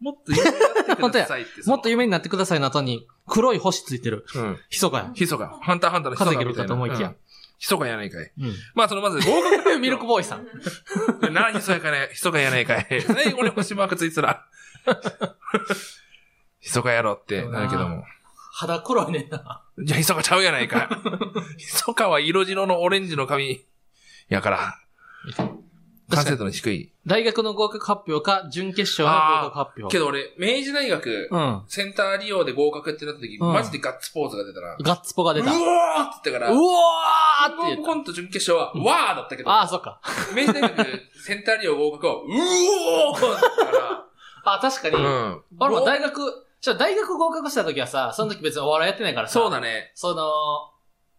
[SPEAKER 2] もっと有名になってくださ いって。
[SPEAKER 1] もっと
[SPEAKER 2] 有
[SPEAKER 1] 夢になってくださいの後に、黒い星ついてる。
[SPEAKER 2] 名。うん。
[SPEAKER 1] ひそかや。
[SPEAKER 2] ひそか。ハンターハンターのひそ
[SPEAKER 1] 風
[SPEAKER 2] かみ
[SPEAKER 1] 邪
[SPEAKER 2] た
[SPEAKER 1] るか
[SPEAKER 2] いな。
[SPEAKER 1] と思いき
[SPEAKER 2] う
[SPEAKER 1] や
[SPEAKER 2] ん。。ひそかやないかい。
[SPEAKER 1] う
[SPEAKER 2] まあ、その、まず、合格発
[SPEAKER 1] ん。 ミルクボーイさん。
[SPEAKER 2] 表。なあ、ひそやかね、ひそかやな いかい。最後に星マークついてたら。ひそかやろってなるけども。
[SPEAKER 1] 肌黒いねんな。
[SPEAKER 2] じゃあ、ひそかちゃうやないかい。ひそかは色白のオレンジの髪やから。完成度の低い。
[SPEAKER 1] 大学の合格発表か、準決勝の合格発表。
[SPEAKER 2] けど俺、明治大学、
[SPEAKER 1] うん。
[SPEAKER 2] センター利用で合格ってなった時、
[SPEAKER 1] うん
[SPEAKER 2] マジでガッツポーズが出たな。
[SPEAKER 1] ガッツポが出た。う
[SPEAKER 2] う
[SPEAKER 1] おー
[SPEAKER 2] わーって言ったか
[SPEAKER 1] っ
[SPEAKER 2] ら、
[SPEAKER 1] て言
[SPEAKER 2] キ
[SPEAKER 1] っ
[SPEAKER 2] ングオブ
[SPEAKER 1] た。
[SPEAKER 2] コント準決勝は、わーだったけど、
[SPEAKER 1] ああ、そっか。
[SPEAKER 2] 明治大学センター利用合格は、うおーだったか
[SPEAKER 1] あ確かに。
[SPEAKER 2] ら、うん。
[SPEAKER 1] 俺も大学、じゃ大学合格した時はさ、その時別にお笑いやってないからさ。
[SPEAKER 2] そうだね。
[SPEAKER 1] その、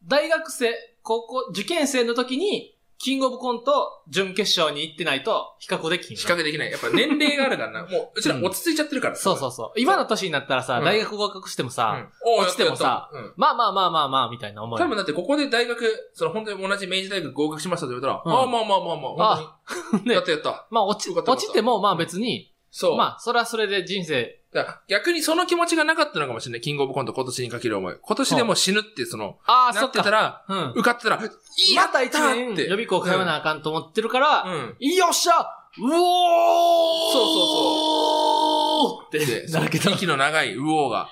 [SPEAKER 1] 大学生、高校、受験生の時に、キングオブコント準決勝に行ってないと比較できひんの。
[SPEAKER 2] 比較できない。やっぱ年齢があ るからな。もう、うちら落ち着いちゃってるから。
[SPEAKER 1] そうそうそう。今の年になったらさ、
[SPEAKER 2] うん
[SPEAKER 1] 大学合格してもさ、
[SPEAKER 2] うん。おー
[SPEAKER 1] 落ちてもさ、
[SPEAKER 2] やったやった
[SPEAKER 1] まあまあまあまあまあ、みたいな
[SPEAKER 2] う
[SPEAKER 1] 思
[SPEAKER 2] ん。
[SPEAKER 1] い。
[SPEAKER 2] 多分だってここで大学、その本当に同じ明治大学合格しましたって言われたら、
[SPEAKER 1] うん
[SPEAKER 2] ああ、まあまあまあまあ、本当に。
[SPEAKER 1] ね
[SPEAKER 2] やったやった。
[SPEAKER 1] まあ落ち、
[SPEAKER 2] よかったよかった
[SPEAKER 1] 落ちてもまあ別に、
[SPEAKER 2] そう。
[SPEAKER 1] まあそれはそれで人生、
[SPEAKER 2] だから逆にその気持ちがなかったのかもしれない。キングオブコント今年にかける思い。今年でも死ぬって、その、
[SPEAKER 1] ああ、
[SPEAKER 2] な
[SPEAKER 1] そ
[SPEAKER 2] っ
[SPEAKER 1] って
[SPEAKER 2] た
[SPEAKER 1] か。
[SPEAKER 2] ら、
[SPEAKER 1] うん。
[SPEAKER 2] 受かってたら、いや
[SPEAKER 1] また一年
[SPEAKER 2] って
[SPEAKER 1] 予備校通わなあかんと思ってるから、
[SPEAKER 2] うん。
[SPEAKER 1] よっしゃうおー
[SPEAKER 2] そ
[SPEAKER 1] そ
[SPEAKER 2] う
[SPEAKER 1] うそう。って
[SPEAKER 2] で、
[SPEAKER 1] なるけど。
[SPEAKER 2] 息の長い、うおーが、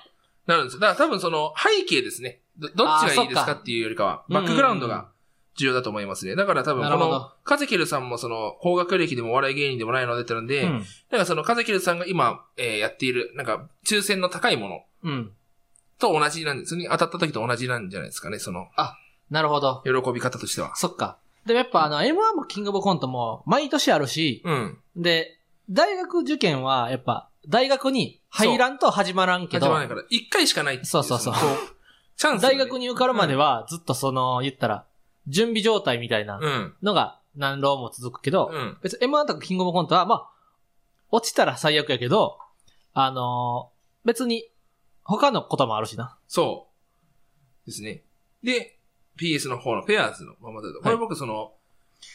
[SPEAKER 2] なるんですよ。だから多分その、背景ですね。どどっちがいいです
[SPEAKER 1] あーそ
[SPEAKER 2] か
[SPEAKER 1] っ
[SPEAKER 2] っていうよりかは、
[SPEAKER 1] うんうんうん
[SPEAKER 2] バックグラウンドが重要だと思いますね。だから多分
[SPEAKER 1] な
[SPEAKER 2] こ
[SPEAKER 1] るほど
[SPEAKER 2] の、カゼキルさんもその、高学歴でもお笑い芸人でもないのでってなんで、
[SPEAKER 1] うん。
[SPEAKER 2] なんかその、カゼキルさんが今、えーやっている、なんか、抽選の高いもの
[SPEAKER 1] うん。
[SPEAKER 2] と同じなんですね。当たった時と同じなんじゃないですかね、その、
[SPEAKER 1] なるほど。
[SPEAKER 2] 喜び方としては。
[SPEAKER 1] そっか。でもやっぱあの、M1 もキングオブコントも毎年あるし、
[SPEAKER 2] うん。
[SPEAKER 1] で、大学受験はやっぱ、大学に入らんと始まらんけ
[SPEAKER 2] 始
[SPEAKER 1] ど
[SPEAKER 2] まら、ないから、一回しかないってい
[SPEAKER 1] そうそうそう
[SPEAKER 2] のこチャンスがね、
[SPEAKER 1] 大学に受かるまではずっとその、言ったら、準備状態みたいな
[SPEAKER 2] うん。
[SPEAKER 1] のが何浪も続くけど、
[SPEAKER 2] うん。
[SPEAKER 1] 別に M1 とかキングオブコントは、まあ、落ちたら最悪やけど、あのー別に、他のこともあるしな。
[SPEAKER 2] そう。ですね。で、PS の方のペアーズのままだと。これ僕その、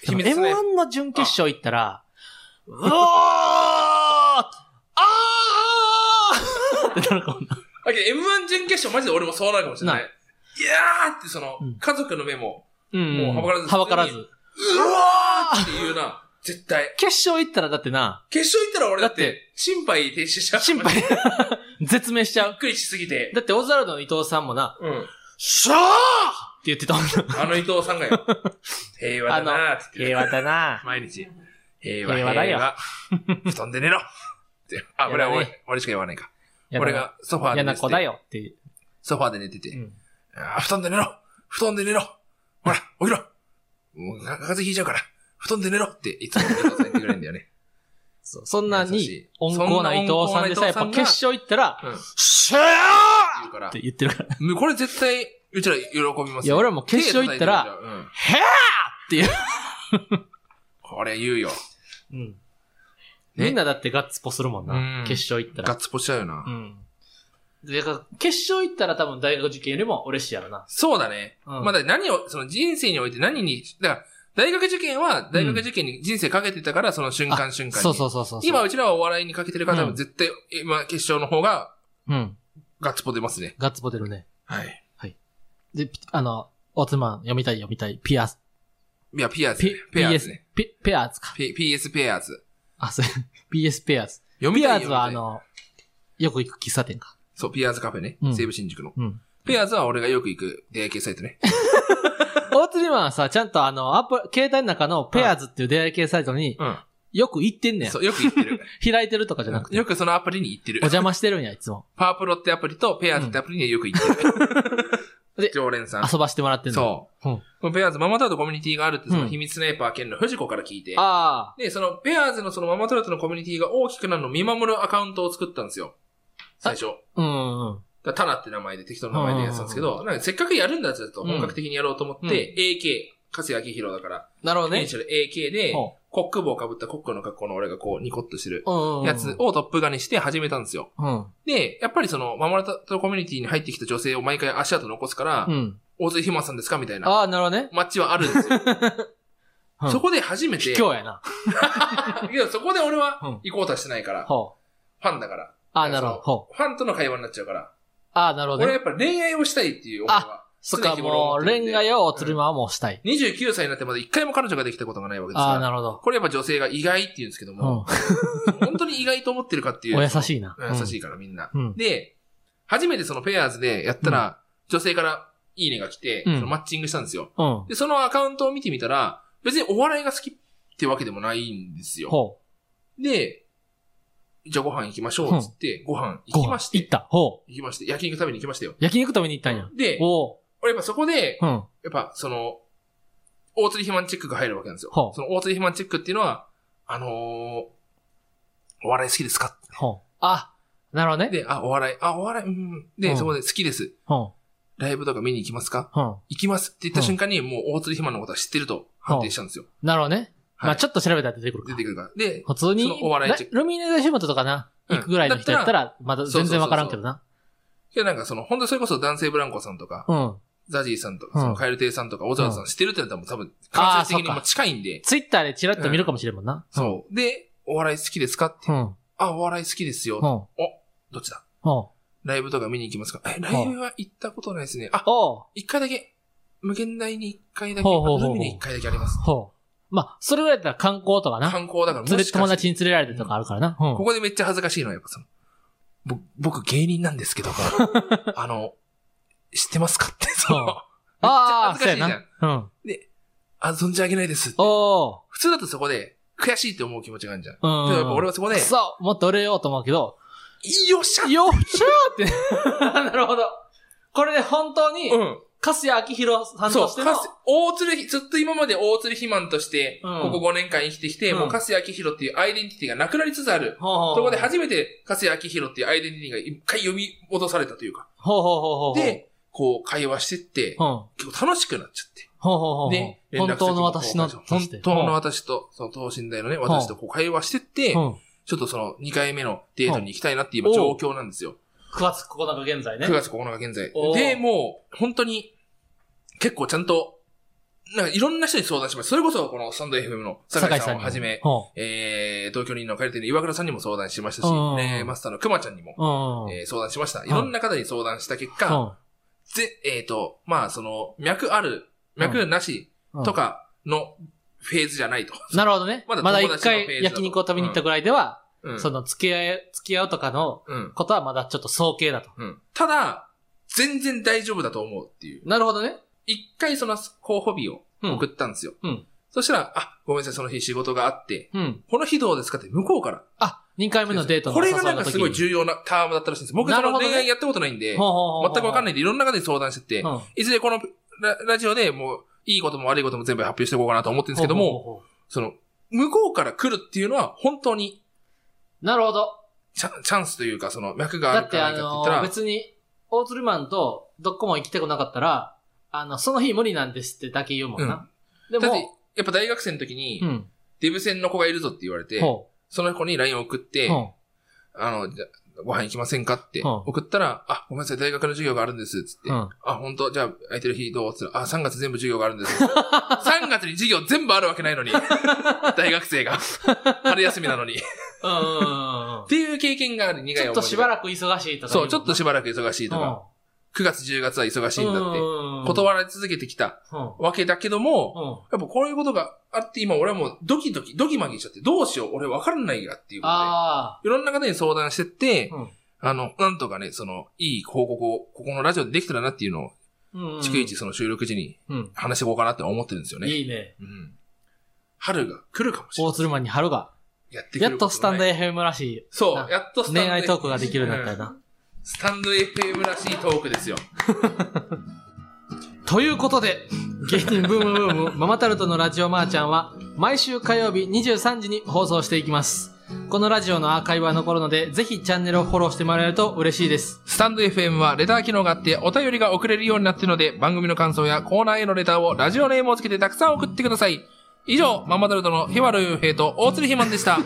[SPEAKER 2] 秘密ね。
[SPEAKER 1] M1 の準決勝行ったら、うおーあーってなるかもな。
[SPEAKER 2] あ、けど M1 準決勝マジで俺もそうなるかもしれな
[SPEAKER 1] な
[SPEAKER 2] い。
[SPEAKER 1] い
[SPEAKER 2] やーってその
[SPEAKER 1] うん、
[SPEAKER 2] 家族の目も、
[SPEAKER 1] うん。
[SPEAKER 2] もうはばからず
[SPEAKER 1] はばからず。
[SPEAKER 2] うわーっていうな、絶対。
[SPEAKER 1] 決勝行ったらだってな、
[SPEAKER 2] 決勝行ったら俺だっ、
[SPEAKER 1] だって
[SPEAKER 2] 心肺停止しちゃう。
[SPEAKER 1] 心配、 絶命しちゃ
[SPEAKER 2] び
[SPEAKER 1] う
[SPEAKER 2] っ。くりしすぎて。
[SPEAKER 1] だってオズワルドの伊藤さんもな、
[SPEAKER 2] うん。
[SPEAKER 1] シャーって言ってたもんな。
[SPEAKER 2] あの伊藤さん がよ。平和だなーって言って。
[SPEAKER 1] 平和だな。
[SPEAKER 2] 毎日。平和、
[SPEAKER 1] 平和だよ
[SPEAKER 2] 平和布団で寝ろって。あ、これは
[SPEAKER 1] やだ
[SPEAKER 2] 俺
[SPEAKER 1] ね、
[SPEAKER 2] 俺しか言わないか。俺がソファーで
[SPEAKER 1] 嫌
[SPEAKER 2] 寝
[SPEAKER 1] な
[SPEAKER 2] て
[SPEAKER 1] 子だ
[SPEAKER 2] て、
[SPEAKER 1] よっていう。
[SPEAKER 2] ソファーで寝てて
[SPEAKER 1] う、ん
[SPEAKER 2] あー布団で寝ろ布団で寝ろほら、起きろもうか風邪ひいちゃうから、布団で寝ろっていつもお父さん言ってくれるん だよね。
[SPEAKER 1] そうそんな
[SPEAKER 2] 優しい
[SPEAKER 1] に、温厚な伊藤さんでさ、やっぱ決勝行ったら、
[SPEAKER 2] うん。言
[SPEAKER 1] シャー
[SPEAKER 2] うから
[SPEAKER 1] って、言ってるから。
[SPEAKER 2] もうこれ絶対、うちら喜びます
[SPEAKER 1] いや、俺はもう決勝行ったら、、
[SPEAKER 2] うん。
[SPEAKER 1] へ
[SPEAKER 2] これ言うよ。
[SPEAKER 1] ーうん。
[SPEAKER 2] ね
[SPEAKER 1] みんなだってガッツポするもん
[SPEAKER 2] うん
[SPEAKER 1] な。決勝行った
[SPEAKER 2] ガッ
[SPEAKER 1] ら。
[SPEAKER 2] ツポしちゃうよな
[SPEAKER 1] う。ん。で、だから決勝行ったら多分大学受験よりも嬉しいやろな。
[SPEAKER 2] そうだね。
[SPEAKER 1] うん
[SPEAKER 2] まあだから何を、その人生において何に、だから、大学受験は大学受験に人生かけてたから、その瞬間瞬間に。
[SPEAKER 1] そうそうそうそう。
[SPEAKER 2] 今、うちらはお笑いにかけてる方
[SPEAKER 1] う
[SPEAKER 2] も
[SPEAKER 1] ん
[SPEAKER 2] 絶対、今、決勝の方が
[SPEAKER 1] うん。
[SPEAKER 2] ガッツポ出ますね。
[SPEAKER 1] ガッツポ出るね。
[SPEAKER 2] はい。
[SPEAKER 1] で、ピあの、オーツマン読みたい読みたい。ピアス、
[SPEAKER 2] いや、ピアーズね
[SPEAKER 1] P、。
[SPEAKER 2] ペアー
[SPEAKER 1] PS
[SPEAKER 2] ズね。、
[SPEAKER 1] ピペアーズか。
[SPEAKER 2] P- PS ペアーズ。
[SPEAKER 1] あ、そう、PS ペアーズ。
[SPEAKER 2] 読み
[SPEAKER 1] ピ
[SPEAKER 2] た
[SPEAKER 1] ア
[SPEAKER 2] い
[SPEAKER 1] ーズはあ
[SPEAKER 2] 読みたい
[SPEAKER 1] の、よく行く喫茶店か。
[SPEAKER 2] そう、ピアーズカフェね。
[SPEAKER 1] うん
[SPEAKER 2] 西武新宿の。
[SPEAKER 1] うん。
[SPEAKER 2] ペアーズは俺がよく行く出会い系サイトね。
[SPEAKER 1] オーツリマンはさ、ちゃんとあの、アプリ、携帯の中のペアーズっていう出会い系サイトに
[SPEAKER 2] うん。
[SPEAKER 1] よく行ってんね
[SPEAKER 2] そう、よく行ってる。
[SPEAKER 1] ん。開いてる とかじゃなくて。
[SPEAKER 2] よくそのアプリに行ってる
[SPEAKER 1] お。邪魔してるんや、いつも。
[SPEAKER 2] パワープロってアプリとペアーズってアプリにはよく行ってる。
[SPEAKER 1] で
[SPEAKER 2] 常連さん。
[SPEAKER 1] 遊ばしてもらってんの。
[SPEAKER 2] そう。
[SPEAKER 1] うん
[SPEAKER 2] このペアーズママタルトコミュニティがあるって、その
[SPEAKER 1] うん
[SPEAKER 2] 秘密スネーパー兼の藤子から聞いて。
[SPEAKER 1] あ
[SPEAKER 2] で、そのペアーズのそのママタルトのコミュニティが大きくなるのを見守るアカウントを作ったんですよ。最初。
[SPEAKER 1] あ。うんうんうん。
[SPEAKER 2] だからタナって名前で適当な名前でやってたんですけど、なんかせっかくやるんだってと本格的にやろうと思って、
[SPEAKER 1] うん
[SPEAKER 2] AK、加瀬明宏だから、
[SPEAKER 1] なるほど
[SPEAKER 2] イニ
[SPEAKER 1] ね
[SPEAKER 2] シャ。ル AK で、
[SPEAKER 1] ほ
[SPEAKER 2] コック帽をかぶったコックの格好の俺がこうニコッとしてる
[SPEAKER 1] ううんうん。
[SPEAKER 2] やつをトップガンにして始めたんですよ。
[SPEAKER 1] うん。
[SPEAKER 2] で、やっぱりその、ママラトコミュニティに入ってきた女性を毎回足跡残すから
[SPEAKER 1] う、ん。
[SPEAKER 2] 大津ひまさんですかみたいな。
[SPEAKER 1] ああ、なるほどね。
[SPEAKER 2] マッチはあるんですよ。
[SPEAKER 1] うん
[SPEAKER 2] そこで初めて、
[SPEAKER 1] 卑怯やな。
[SPEAKER 2] いやそこで俺
[SPEAKER 1] う
[SPEAKER 2] は
[SPEAKER 1] ん
[SPEAKER 2] 行こうとはしてないから、フ
[SPEAKER 1] ほう。
[SPEAKER 2] ァンだから。
[SPEAKER 1] ああ、なるほど。ほう。
[SPEAKER 2] ファンとの会話になっちゃうから。
[SPEAKER 1] ああ、なるほど
[SPEAKER 2] 俺は
[SPEAKER 1] ね。
[SPEAKER 2] やっぱ恋愛をしたいっていう思いは。
[SPEAKER 1] そっか、
[SPEAKER 2] 常日頃
[SPEAKER 1] も
[SPEAKER 2] 思
[SPEAKER 1] う
[SPEAKER 2] ってるんで
[SPEAKER 1] 恋愛をオーツリマンはもうしたい。
[SPEAKER 2] 29歳になってまだ一回も彼女ができたことがないわけです
[SPEAKER 1] あ
[SPEAKER 2] か
[SPEAKER 1] あ、な
[SPEAKER 2] ら。
[SPEAKER 1] るほど。
[SPEAKER 2] これやっぱ女性が意外って言うんですけど
[SPEAKER 1] うん。
[SPEAKER 2] も
[SPEAKER 1] お、
[SPEAKER 2] 本当に意外と思ってるかっていう。
[SPEAKER 1] 優しいな。
[SPEAKER 2] うん優し
[SPEAKER 1] い。
[SPEAKER 2] いからみんな。
[SPEAKER 1] うん。
[SPEAKER 2] で、初めてそのペアーズでやったら、女性からいいねが来て、
[SPEAKER 1] うん
[SPEAKER 2] そのマッチングしたんですよ。
[SPEAKER 1] うん。
[SPEAKER 2] で、そのアカウントを見てみたら、別にお笑いが好きってわけでもないんですよ。
[SPEAKER 1] ほ
[SPEAKER 2] で、じゃあご飯行きましょ
[SPEAKER 1] うん
[SPEAKER 2] う、つって、ご飯
[SPEAKER 1] う。
[SPEAKER 2] 行きまし、
[SPEAKER 1] ご飯行ってた。ほう。
[SPEAKER 2] 行きまして、焼肉食べに行きましたよ。
[SPEAKER 1] 焼肉食べに行ったんや。
[SPEAKER 2] で、
[SPEAKER 1] おう。
[SPEAKER 2] 俺やっぱそこで、
[SPEAKER 1] うん。
[SPEAKER 2] やっぱその、大釣り肥満チェックが入るわけなんですよ。
[SPEAKER 1] ほう
[SPEAKER 2] その大釣り肥満チェックっていうのは、あのーお笑い好きですか
[SPEAKER 1] ほう。あ、なるほどね。
[SPEAKER 2] で、あ、お笑い、あ、お笑い、うん。で、
[SPEAKER 1] うん
[SPEAKER 2] そこで好きです。
[SPEAKER 1] ほ
[SPEAKER 2] ライブとか見に行きますか
[SPEAKER 1] う。ほ
[SPEAKER 2] 行きますって言った瞬間に、もう大釣り肥満のことは知ってると判定したんですよ。
[SPEAKER 1] う。なるほどね。
[SPEAKER 2] はい
[SPEAKER 1] まあちょっと調べたら出てくる
[SPEAKER 2] 出
[SPEAKER 1] か
[SPEAKER 2] て。くるから。で、
[SPEAKER 1] 普通に
[SPEAKER 2] そのお笑いチェッ、
[SPEAKER 1] ルミネーションとかな、
[SPEAKER 2] うん
[SPEAKER 1] 行くぐらいの人やったら、まだ全然わからんけどな。
[SPEAKER 2] いやなんかその、本当にそれこそ男性ブランコさんとか、
[SPEAKER 1] うん。
[SPEAKER 2] ザジーさんと
[SPEAKER 1] う
[SPEAKER 2] か、
[SPEAKER 1] ん
[SPEAKER 2] そのカエル亭さんとか、オザワさん知ってるってなったらもう多分、
[SPEAKER 1] あ
[SPEAKER 2] 間
[SPEAKER 1] ー
[SPEAKER 2] 接的に
[SPEAKER 1] そっか
[SPEAKER 2] もう近いんで、
[SPEAKER 1] ツイッターでチラッと見るかもしれんもんな。
[SPEAKER 2] そう。で、お笑い好きですかって。
[SPEAKER 1] うん。うん。
[SPEAKER 2] あ、お笑い好きですよ。
[SPEAKER 1] うん。
[SPEAKER 2] どっちだ
[SPEAKER 1] うん。
[SPEAKER 2] ライブとか見に行きますかえ、ライブは行ったことないですね。あ、
[SPEAKER 1] おう。
[SPEAKER 2] 一回だけ。無限大に一回だけ、
[SPEAKER 1] ほうほうほうほう
[SPEAKER 2] ルミネ一回だけあります。
[SPEAKER 1] ほう。まあ、それぐらいだったら観光とかな。
[SPEAKER 2] 観光だから、も
[SPEAKER 1] 連れ、
[SPEAKER 2] しか
[SPEAKER 1] 友
[SPEAKER 2] して
[SPEAKER 1] 達に連れられてとかあるからな。うん。
[SPEAKER 2] ここでめっちゃ恥ずかしいのは、やっぱその、ぼ僕芸人なんですけど、 あの、知ってますかって、そ
[SPEAKER 1] うん
[SPEAKER 2] の、
[SPEAKER 1] ああ、
[SPEAKER 2] めっちゃ恥ずかしいじゃん
[SPEAKER 1] そうやな。うん。
[SPEAKER 2] あ、存じ上げないです。
[SPEAKER 1] おー。
[SPEAKER 2] 普通だとそこで、悔しいって思う気持ちがあるんじゃん。
[SPEAKER 1] う
[SPEAKER 2] けどやっぱ俺
[SPEAKER 1] は
[SPEAKER 2] はそこで、
[SPEAKER 1] く
[SPEAKER 2] よ
[SPEAKER 1] そもっと売れようと思うけど、
[SPEAKER 2] っしゃ
[SPEAKER 1] よっしゃーって。な るほど。これで本当に、
[SPEAKER 2] うん。
[SPEAKER 1] カスヤ明宏さん
[SPEAKER 2] そ
[SPEAKER 1] と
[SPEAKER 2] う、
[SPEAKER 1] しての
[SPEAKER 2] か、す、大鶴ひ、ずっと今まで大鶴肥満として、
[SPEAKER 1] うん
[SPEAKER 2] ここ5年間生きてきて、
[SPEAKER 1] うん
[SPEAKER 2] もう、かすやきひろっていうアイデンティティがなくなりつつある。
[SPEAKER 1] ほうほう
[SPEAKER 2] そこで初めて、かすやきひろっていうアイデンティティが一回呼び戻されたというか、
[SPEAKER 1] ほうほうほうほう。、
[SPEAKER 2] で、こう、会話してっ
[SPEAKER 1] う、
[SPEAKER 2] て
[SPEAKER 1] ん。ほ
[SPEAKER 2] 結構楽しくなっちゃって。
[SPEAKER 1] うほうほうほう。
[SPEAKER 2] で、連絡
[SPEAKER 1] 本
[SPEAKER 2] 先
[SPEAKER 1] 当
[SPEAKER 2] も
[SPEAKER 1] の私の、
[SPEAKER 2] 交換して本当の私と、その等身大のね、私とこう会話してって、
[SPEAKER 1] うん。
[SPEAKER 2] ちょっとその2回目のデートに行きたいなっていう
[SPEAKER 1] う
[SPEAKER 2] 今
[SPEAKER 1] ん
[SPEAKER 2] 状況なんですよ。
[SPEAKER 1] 9月9日現在ね。
[SPEAKER 2] 9月9日現在
[SPEAKER 1] お。ー
[SPEAKER 2] で、もう、本当に、結構ちゃんと、なんかいろんな人に相談しました。それこそ、このサンド FM の酒井さんをはじめ、
[SPEAKER 1] ほ
[SPEAKER 2] えー、東京人の借り手の岩倉さんにも相談しましたし、
[SPEAKER 1] うん
[SPEAKER 2] えーマスターの熊ちゃんにも、
[SPEAKER 1] う。うん。
[SPEAKER 2] えー相談しました。いろんな方に相談した結
[SPEAKER 1] う
[SPEAKER 2] 果、
[SPEAKER 1] ん
[SPEAKER 2] ぜ、えっ、と、まあ、その、脈ある、脈なし
[SPEAKER 1] うん
[SPEAKER 2] とかのフェーズじゃないと。
[SPEAKER 1] なるほどね。
[SPEAKER 2] まだ
[SPEAKER 1] まだ
[SPEAKER 2] 友達
[SPEAKER 1] 一
[SPEAKER 2] のページだと
[SPEAKER 1] 回焼肉を食べに行ったぐらいでは、
[SPEAKER 2] うん。
[SPEAKER 1] その付き合い、付き合うとかの
[SPEAKER 2] うん。
[SPEAKER 1] ことはまだちょっと早計だと。
[SPEAKER 2] うん。ただ、全然大丈夫だと思うっていう。
[SPEAKER 1] なるほどね。
[SPEAKER 2] 一回その候補日を
[SPEAKER 1] うん
[SPEAKER 2] 送ったんですよ。
[SPEAKER 1] うん
[SPEAKER 2] そしたら、あ、ごめんなさい、その日仕事があって、
[SPEAKER 1] うん。
[SPEAKER 2] この日どうですかって向こうから。
[SPEAKER 1] あ、2回目のデートの
[SPEAKER 2] こ
[SPEAKER 1] 誘
[SPEAKER 2] れ
[SPEAKER 1] いの
[SPEAKER 2] が
[SPEAKER 1] 時
[SPEAKER 2] なんかすごい重要なタームだったらしいんです。僕そ
[SPEAKER 1] なる
[SPEAKER 2] の
[SPEAKER 1] ほどね
[SPEAKER 2] 恋愛やったことないんで、
[SPEAKER 1] ほうほうほうほう
[SPEAKER 2] 全くわかんないんで、いろんな方に相談してて、
[SPEAKER 1] うん。
[SPEAKER 2] いずれこのララジオでもう、いいことも悪いことも全部発表していこうかなと思ってるんですけど
[SPEAKER 1] ほうほう
[SPEAKER 2] も、
[SPEAKER 1] ほうほ
[SPEAKER 2] その、向こうから来るっていうのは本当に
[SPEAKER 1] う。なるほど。
[SPEAKER 2] チャンチャンスというか、その脈があ
[SPEAKER 1] だ
[SPEAKER 2] る
[SPEAKER 1] っ
[SPEAKER 2] か
[SPEAKER 1] て
[SPEAKER 2] ら
[SPEAKER 1] あ
[SPEAKER 2] って言
[SPEAKER 1] の
[SPEAKER 2] ったら、
[SPEAKER 1] 別に、大鶴マンとどこも行きたくなかったら、あの、その日無理なんですってだけ言うもんな。で
[SPEAKER 2] だっ
[SPEAKER 1] も
[SPEAKER 2] て、、やっぱ大学生の時に、
[SPEAKER 1] うん。
[SPEAKER 2] デブ戦の子がいるぞって言われて、
[SPEAKER 1] ほ
[SPEAKER 2] その子に LINE を送って、
[SPEAKER 1] う。ほ
[SPEAKER 2] あの、じゃご飯行きませんかって
[SPEAKER 1] うん
[SPEAKER 2] 送ったら、あ、ごめんなさい、大学の授業があるんです、つって。
[SPEAKER 1] う。うん。
[SPEAKER 2] あ、本当じゃあ、空いてる日どうつったら、あ、3月全部授業があるんです。3月に授業全部あるわけないのに。 大学生が。春休みなのに。っ
[SPEAKER 1] うんうんうんうん。
[SPEAKER 2] ていう経験がある苦い
[SPEAKER 1] ちょ
[SPEAKER 2] 思い出が
[SPEAKER 1] っとしばらく忙しいとか言
[SPEAKER 2] そ
[SPEAKER 1] もん
[SPEAKER 2] う、
[SPEAKER 1] な。
[SPEAKER 2] ちょっとしばらく忙しいとか、9月10月は忙しいんだって、断られ続けてきた
[SPEAKER 1] うん。うん
[SPEAKER 2] わけだけども、
[SPEAKER 1] うん。
[SPEAKER 2] やっぱこういうことがあって、今俺はもうドキドキ、ドキマギしちゃって、どうしよう、俺わかんないやっていうことで。
[SPEAKER 1] あ
[SPEAKER 2] いろんな方に相談してって、
[SPEAKER 1] うん
[SPEAKER 2] あの、なんとかね、その、いい報告を、ここのラジオでできたらなっていうのを、
[SPEAKER 1] あ。うんうん
[SPEAKER 2] 逐一その収録時に
[SPEAKER 1] うん。
[SPEAKER 2] 話していこうかなって思ってるんですよね。
[SPEAKER 1] いいね。
[SPEAKER 2] うん、春が来るかもしれな
[SPEAKER 1] 大
[SPEAKER 2] い。
[SPEAKER 1] 鶴マンに春が。
[SPEAKER 2] やってく
[SPEAKER 1] や
[SPEAKER 2] る
[SPEAKER 1] っとスタンド
[SPEAKER 2] ド
[SPEAKER 1] FM らし
[SPEAKER 2] そ
[SPEAKER 1] な
[SPEAKER 2] う、やっと
[SPEAKER 1] い
[SPEAKER 2] スタンド
[SPEAKER 1] 恋愛トークができるようになったよ
[SPEAKER 2] うん
[SPEAKER 1] な。
[SPEAKER 2] スタンド FM らしいトークですよ。
[SPEAKER 1] ということで、芸人ブームブー ム、ママタルトのラジオマーちゃんは、毎週火曜日23時に放送していきます。このラジオのアーカイブは残るので、ぜひチャンネルをフォローしてもらえると嬉しいです。
[SPEAKER 2] スタンド FM はレター機能があってお便りが送れるようになっているので番組の感想やコーナーへのレターをラジオネームをつけてたくさん送ってください。以上、ママタルトの日原悠平と大鶴ひまんでした。